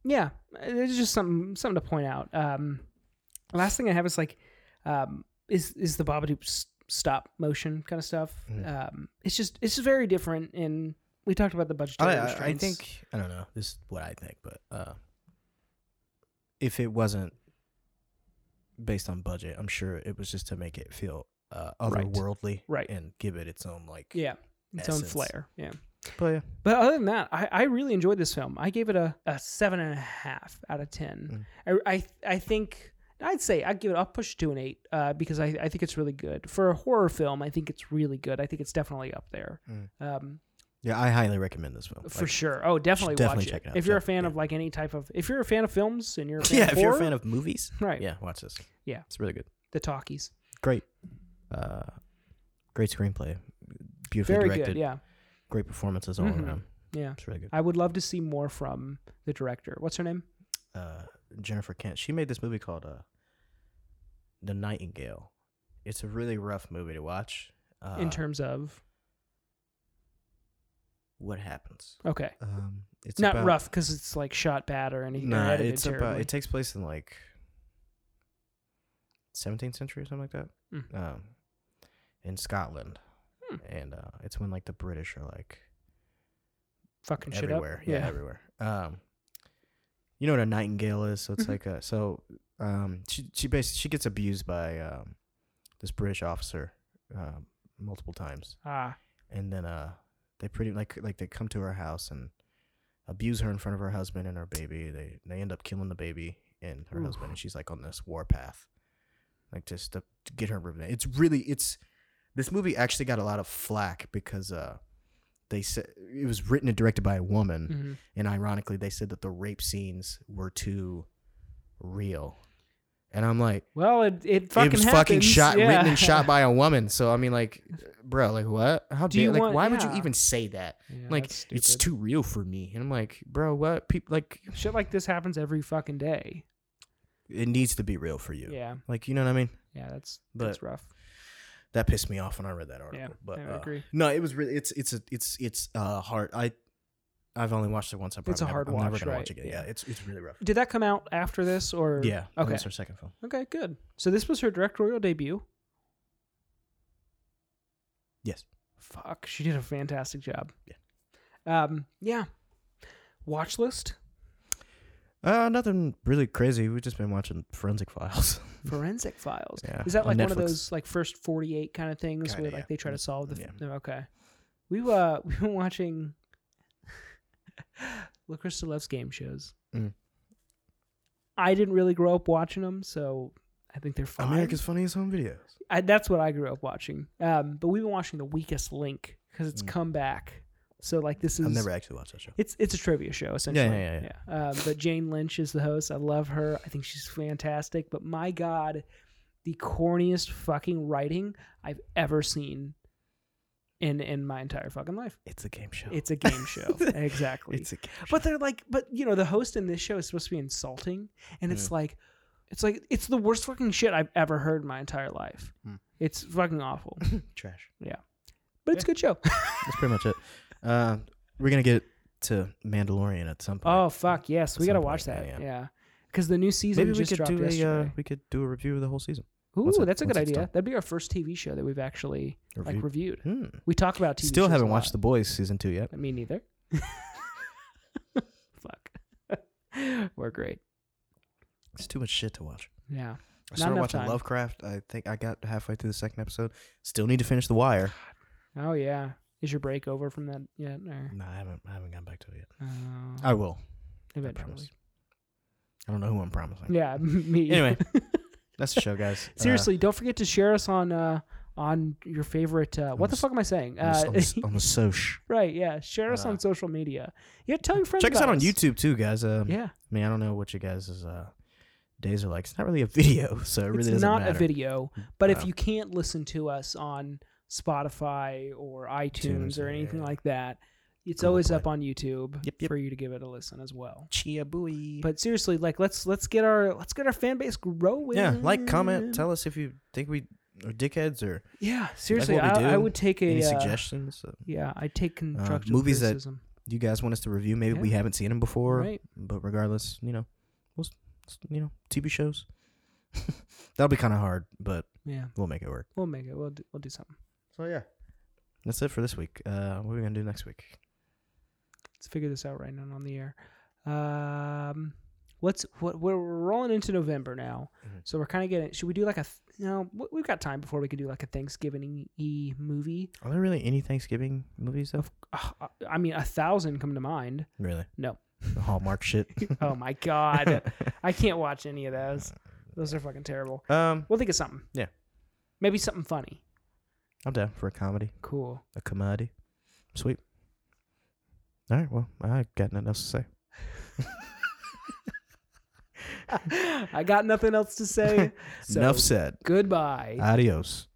Speaker 2: yeah it's just something something to point out um, last thing i have is like um, is is the Babadook s- stop motion kind of stuff
Speaker 1: Mhm.
Speaker 2: um, it's just it's just very different and we talked about the budgetary
Speaker 1: I, I, I
Speaker 2: restraints.
Speaker 1: think I don't know. This is what I think, but uh, if it wasn't based on budget, I'm sure it was just to make it feel uh,
Speaker 2: Right.
Speaker 1: otherworldly,
Speaker 2: Right.
Speaker 1: and give it its own like.
Speaker 2: yeah its own
Speaker 1: essence.
Speaker 2: flair yeah
Speaker 1: But yeah,
Speaker 2: But other than that, I, I really enjoyed this film. I gave it a, a seven and a half out of ten.
Speaker 1: Mm.
Speaker 2: I, I I think I'd say I'd give it. I'll push it to an eight uh, because I, I think it's really good for a horror film. I think it's really good. I think it's definitely up there
Speaker 1: Mm.
Speaker 2: um,
Speaker 1: yeah, I highly recommend this film
Speaker 2: for
Speaker 1: Like,
Speaker 2: sure. Oh, definitely,
Speaker 1: definitely
Speaker 2: watch it.
Speaker 1: check it out.
Speaker 2: If you're a
Speaker 1: Def-
Speaker 2: fan
Speaker 1: yeah.
Speaker 2: of like any type of, if you're a fan of films and
Speaker 1: (laughs)
Speaker 2: you're a fan
Speaker 1: Yeah,
Speaker 2: of
Speaker 1: if
Speaker 2: horror,
Speaker 1: you're a fan of movies,
Speaker 2: right?
Speaker 1: yeah, watch this.
Speaker 2: Yeah.
Speaker 1: it's really good.
Speaker 2: the talkies,
Speaker 1: Great, uh, great screenplay, beautifully
Speaker 2: very
Speaker 1: directed.
Speaker 2: good. Yeah,
Speaker 1: Great performances all
Speaker 2: Mhm.
Speaker 1: around.
Speaker 2: yeah.
Speaker 1: It's really good.
Speaker 2: I would love to see more from the director. What's her name?
Speaker 1: uh, Jennifer Kent. She made this movie called uh, The Nightingale. It's a really rough movie to watch. Uh,
Speaker 2: In terms of
Speaker 1: what happens?
Speaker 2: okay,
Speaker 1: Um, it's
Speaker 2: not
Speaker 1: about-
Speaker 2: rough because it's like shot bad or anything. or
Speaker 1: Nah,
Speaker 2: edited
Speaker 1: it's about.
Speaker 2: terribly.
Speaker 1: It takes place in like 17th century or something like that.
Speaker 2: Mm.
Speaker 1: Um, in Scotland,
Speaker 2: Hmm.
Speaker 1: and uh, it's when like the British are like
Speaker 2: fucking shit
Speaker 1: everywhere.
Speaker 2: up.
Speaker 1: Yeah, everywhere. Um, you know what a nightingale is? So it's
Speaker 2: Mhm.
Speaker 1: like a so um she she basically she gets abused by um this British officer um multiple times,
Speaker 2: Ah,
Speaker 1: and then uh they pretty like like they come to her house and abuse her in front of her husband and her baby. They they end up killing the baby and her
Speaker 2: Oof.
Speaker 1: husband, and she's like on this war path, like just to, to get her revenge. It's really it's this movie actually got a lot of flack because uh they said it was written and directed by a woman
Speaker 2: mhm.
Speaker 1: and ironically they said that the rape scenes were too real and i'm like
Speaker 2: well, it it
Speaker 1: it
Speaker 2: fucking
Speaker 1: was fucking
Speaker 2: happens.
Speaker 1: shot
Speaker 2: Yeah. (laughs)
Speaker 1: written and shot by a woman so i mean like bro like what how
Speaker 2: Do
Speaker 1: dare
Speaker 2: you
Speaker 1: like
Speaker 2: want-
Speaker 1: why would
Speaker 2: yeah.
Speaker 1: you even say that
Speaker 2: Yeah,
Speaker 1: like
Speaker 2: that's
Speaker 1: it's
Speaker 2: stupid.
Speaker 1: too real for me and i'm like bro what people like
Speaker 2: shit like this happens every fucking day.
Speaker 1: it needs to be real for you
Speaker 2: Yeah,
Speaker 1: like you know what i mean
Speaker 2: yeah, that's
Speaker 1: But-
Speaker 2: that's rough.
Speaker 1: that pissed me off when i read that article
Speaker 2: Yeah,
Speaker 1: but
Speaker 2: I
Speaker 1: uh,
Speaker 2: agree.
Speaker 1: no it was really it's it's a, it's it's uh hard i i've only watched it once i probably
Speaker 2: It's a
Speaker 1: never-
Speaker 2: hard
Speaker 1: I'm never
Speaker 2: watch,
Speaker 1: gonna
Speaker 2: right?
Speaker 1: watch it again. yeah it's it's really rough
Speaker 2: Did that come out after this or?
Speaker 1: yeah that
Speaker 2: Okay.
Speaker 1: was her second film
Speaker 2: Okay. Good. So this was her directorial debut.
Speaker 1: yes
Speaker 2: Fuck, she did a fantastic job.
Speaker 1: Yeah.
Speaker 2: Um. Yeah. Watch list.
Speaker 1: Uh, nothing really crazy. We've just been watching Forensic Files.
Speaker 2: Forensic Files.
Speaker 1: Yeah,
Speaker 2: Is that
Speaker 1: on
Speaker 2: like one of
Speaker 1: Netflix.
Speaker 2: those like first forty eight kind of things
Speaker 1: Kinda,
Speaker 2: where like
Speaker 1: yeah. Mm.
Speaker 2: they try to solve the?
Speaker 1: Yeah.
Speaker 2: no, okay. We uh (laughs) we were watching. LaCrista loves game shows.
Speaker 1: Mm.
Speaker 2: I didn't really grow up watching them, so I think they're
Speaker 1: (laughs)
Speaker 2: fine.
Speaker 1: America's Funniest Home Videos.
Speaker 2: I, that's what I grew up watching. Um, but we've been watching The Weakest Link because it's
Speaker 1: Mm.
Speaker 2: come back. So like this is
Speaker 1: I've never actually watched that show.
Speaker 2: it's it's a trivia show essentially.
Speaker 1: yeah, yeah,
Speaker 2: Um, but Jane Lynch is the host. I love her. I think she's fantastic. But my God, the corniest fucking writing I've ever seen in in my entire fucking life.
Speaker 1: It's a game show.
Speaker 2: It's a game show, exactly.
Speaker 1: (laughs) It's a game (laughs) show.
Speaker 2: But they're like, but you know, the host in this show is supposed to be insulting, and it's
Speaker 1: Mm.
Speaker 2: like, it's like it's the worst fucking shit I've ever heard in my entire life.
Speaker 1: Mm.
Speaker 2: It's fucking awful,
Speaker 1: trash.
Speaker 2: but it's a good
Speaker 1: (laughs)
Speaker 2: show.
Speaker 1: That's pretty much it. Uh, we're gonna get to Mandalorian at some point.
Speaker 2: oh fuck yes, we
Speaker 1: At
Speaker 2: gotta
Speaker 1: some
Speaker 2: watch
Speaker 1: point,
Speaker 2: that.
Speaker 1: yeah,
Speaker 2: Yeah,
Speaker 1: yeah.
Speaker 2: because the new season
Speaker 1: maybe we
Speaker 2: just
Speaker 1: could
Speaker 2: dropped
Speaker 1: do a uh,
Speaker 2: yesterday.
Speaker 1: we could do a review of the whole season.
Speaker 2: Ooh,
Speaker 1: once it-
Speaker 2: that's a
Speaker 1: once
Speaker 2: good
Speaker 1: it's
Speaker 2: idea.
Speaker 1: done.
Speaker 2: That'd be our first TV show that we've actually like
Speaker 1: Review.
Speaker 2: reviewed.
Speaker 1: Hmm.
Speaker 2: We talk about TV.
Speaker 1: Still
Speaker 2: shows
Speaker 1: haven't
Speaker 2: a
Speaker 1: watched The Boys season two yet.
Speaker 2: lot. Me neither. (laughs) fuck, (laughs) we're great.
Speaker 1: It's too much shit to watch. I
Speaker 2: Yeah, Not
Speaker 1: started
Speaker 2: enough
Speaker 1: watching
Speaker 2: time.
Speaker 1: Lovecraft. I think I got halfway through the second episode. Still need to finish The Wire.
Speaker 2: Oh yeah. Is your break over from that yet? Or,
Speaker 1: No, I haven't. I haven't gotten back to it yet.
Speaker 2: Oh,
Speaker 1: I will. I
Speaker 2: eventually.
Speaker 1: promise. I don't know who I'm promising.
Speaker 2: Yeah, (laughs) me.
Speaker 1: Anyway, uh, (laughs) that's the show, guys. Uh,
Speaker 2: Seriously, don't forget to share us on uh on your favorite uh what
Speaker 1: the
Speaker 2: the
Speaker 1: s-
Speaker 2: fuck am I saying?
Speaker 1: on,
Speaker 2: Uh
Speaker 1: the, s- on the- on the soch.
Speaker 2: (laughs) right, yeah. Share us
Speaker 1: Uh,
Speaker 2: on social media. Yeah, tell your friends.
Speaker 1: Check us
Speaker 2: about
Speaker 1: out on YouTube too, guys. Um,
Speaker 2: Yeah.
Speaker 1: I mean, I don't know what you guys' uh, days are like. It's not really a (laughs) video, so it really
Speaker 2: it's
Speaker 1: doesn't
Speaker 2: not
Speaker 1: matter.
Speaker 2: a video, but if
Speaker 1: Uh,
Speaker 2: you can't listen to us on Spotify or iTunes
Speaker 1: iTunes,
Speaker 2: or
Speaker 1: yeah,
Speaker 2: anything
Speaker 1: yeah.
Speaker 2: like that, it's
Speaker 1: Google
Speaker 2: always
Speaker 1: Play.
Speaker 2: up on YouTube
Speaker 1: Yep, yep.
Speaker 2: for you to give it a listen as well.
Speaker 1: Chia buoy.
Speaker 2: But seriously, like let's let's get our let's get our fan base growing.
Speaker 1: yeah, like, comment, tell us if you think we are dickheads or
Speaker 2: Yeah, seriously,
Speaker 1: what we
Speaker 2: I, I
Speaker 1: do?
Speaker 2: would take a
Speaker 1: any
Speaker 2: uh,
Speaker 1: suggestions. Uh,
Speaker 2: Yeah, I take constructive
Speaker 1: movies that-
Speaker 2: criticism.
Speaker 1: you guys want us to review? Maybe we
Speaker 2: Yeah.
Speaker 1: haven't seen them before,
Speaker 2: right?
Speaker 1: but regardless, you know, we'll, s- you know, TV shows. (laughs) That'll be kind of hard, but
Speaker 2: Yeah,
Speaker 1: we'll make it work.
Speaker 2: we'll make it. We'll do, we'll do something.
Speaker 1: So yeah, that's it for this week. Uh, what are we gonna do next week?
Speaker 2: Let's figure this out right now on the air. Um, what's what we're we're rolling into November now,
Speaker 1: Mhm.
Speaker 2: so we're kind of getting. Should we do like a? th- No, we- we've got time before we could do like a Thanksgiving y movie.
Speaker 1: Are there really any Thanksgiving movies though?
Speaker 2: Ah, I- I mean, a thousand come to mind.
Speaker 1: Really?
Speaker 2: No.
Speaker 1: The (laughs) Hallmark shit.
Speaker 2: oh my god,
Speaker 1: (laughs)
Speaker 2: I can't watch any of those. Those are fucking terrible.
Speaker 1: um,
Speaker 2: We'll think of something.
Speaker 1: Yeah.
Speaker 2: maybe something funny.
Speaker 1: I'm down for a comedy. (laughs)
Speaker 2: Cool.
Speaker 1: a commodity. Sweet. All right. Well, I got nothing else to say.
Speaker 2: I got nothing else to say.
Speaker 1: (laughs)
Speaker 2: So
Speaker 1: Enough said.
Speaker 2: goodbye.
Speaker 1: Adios.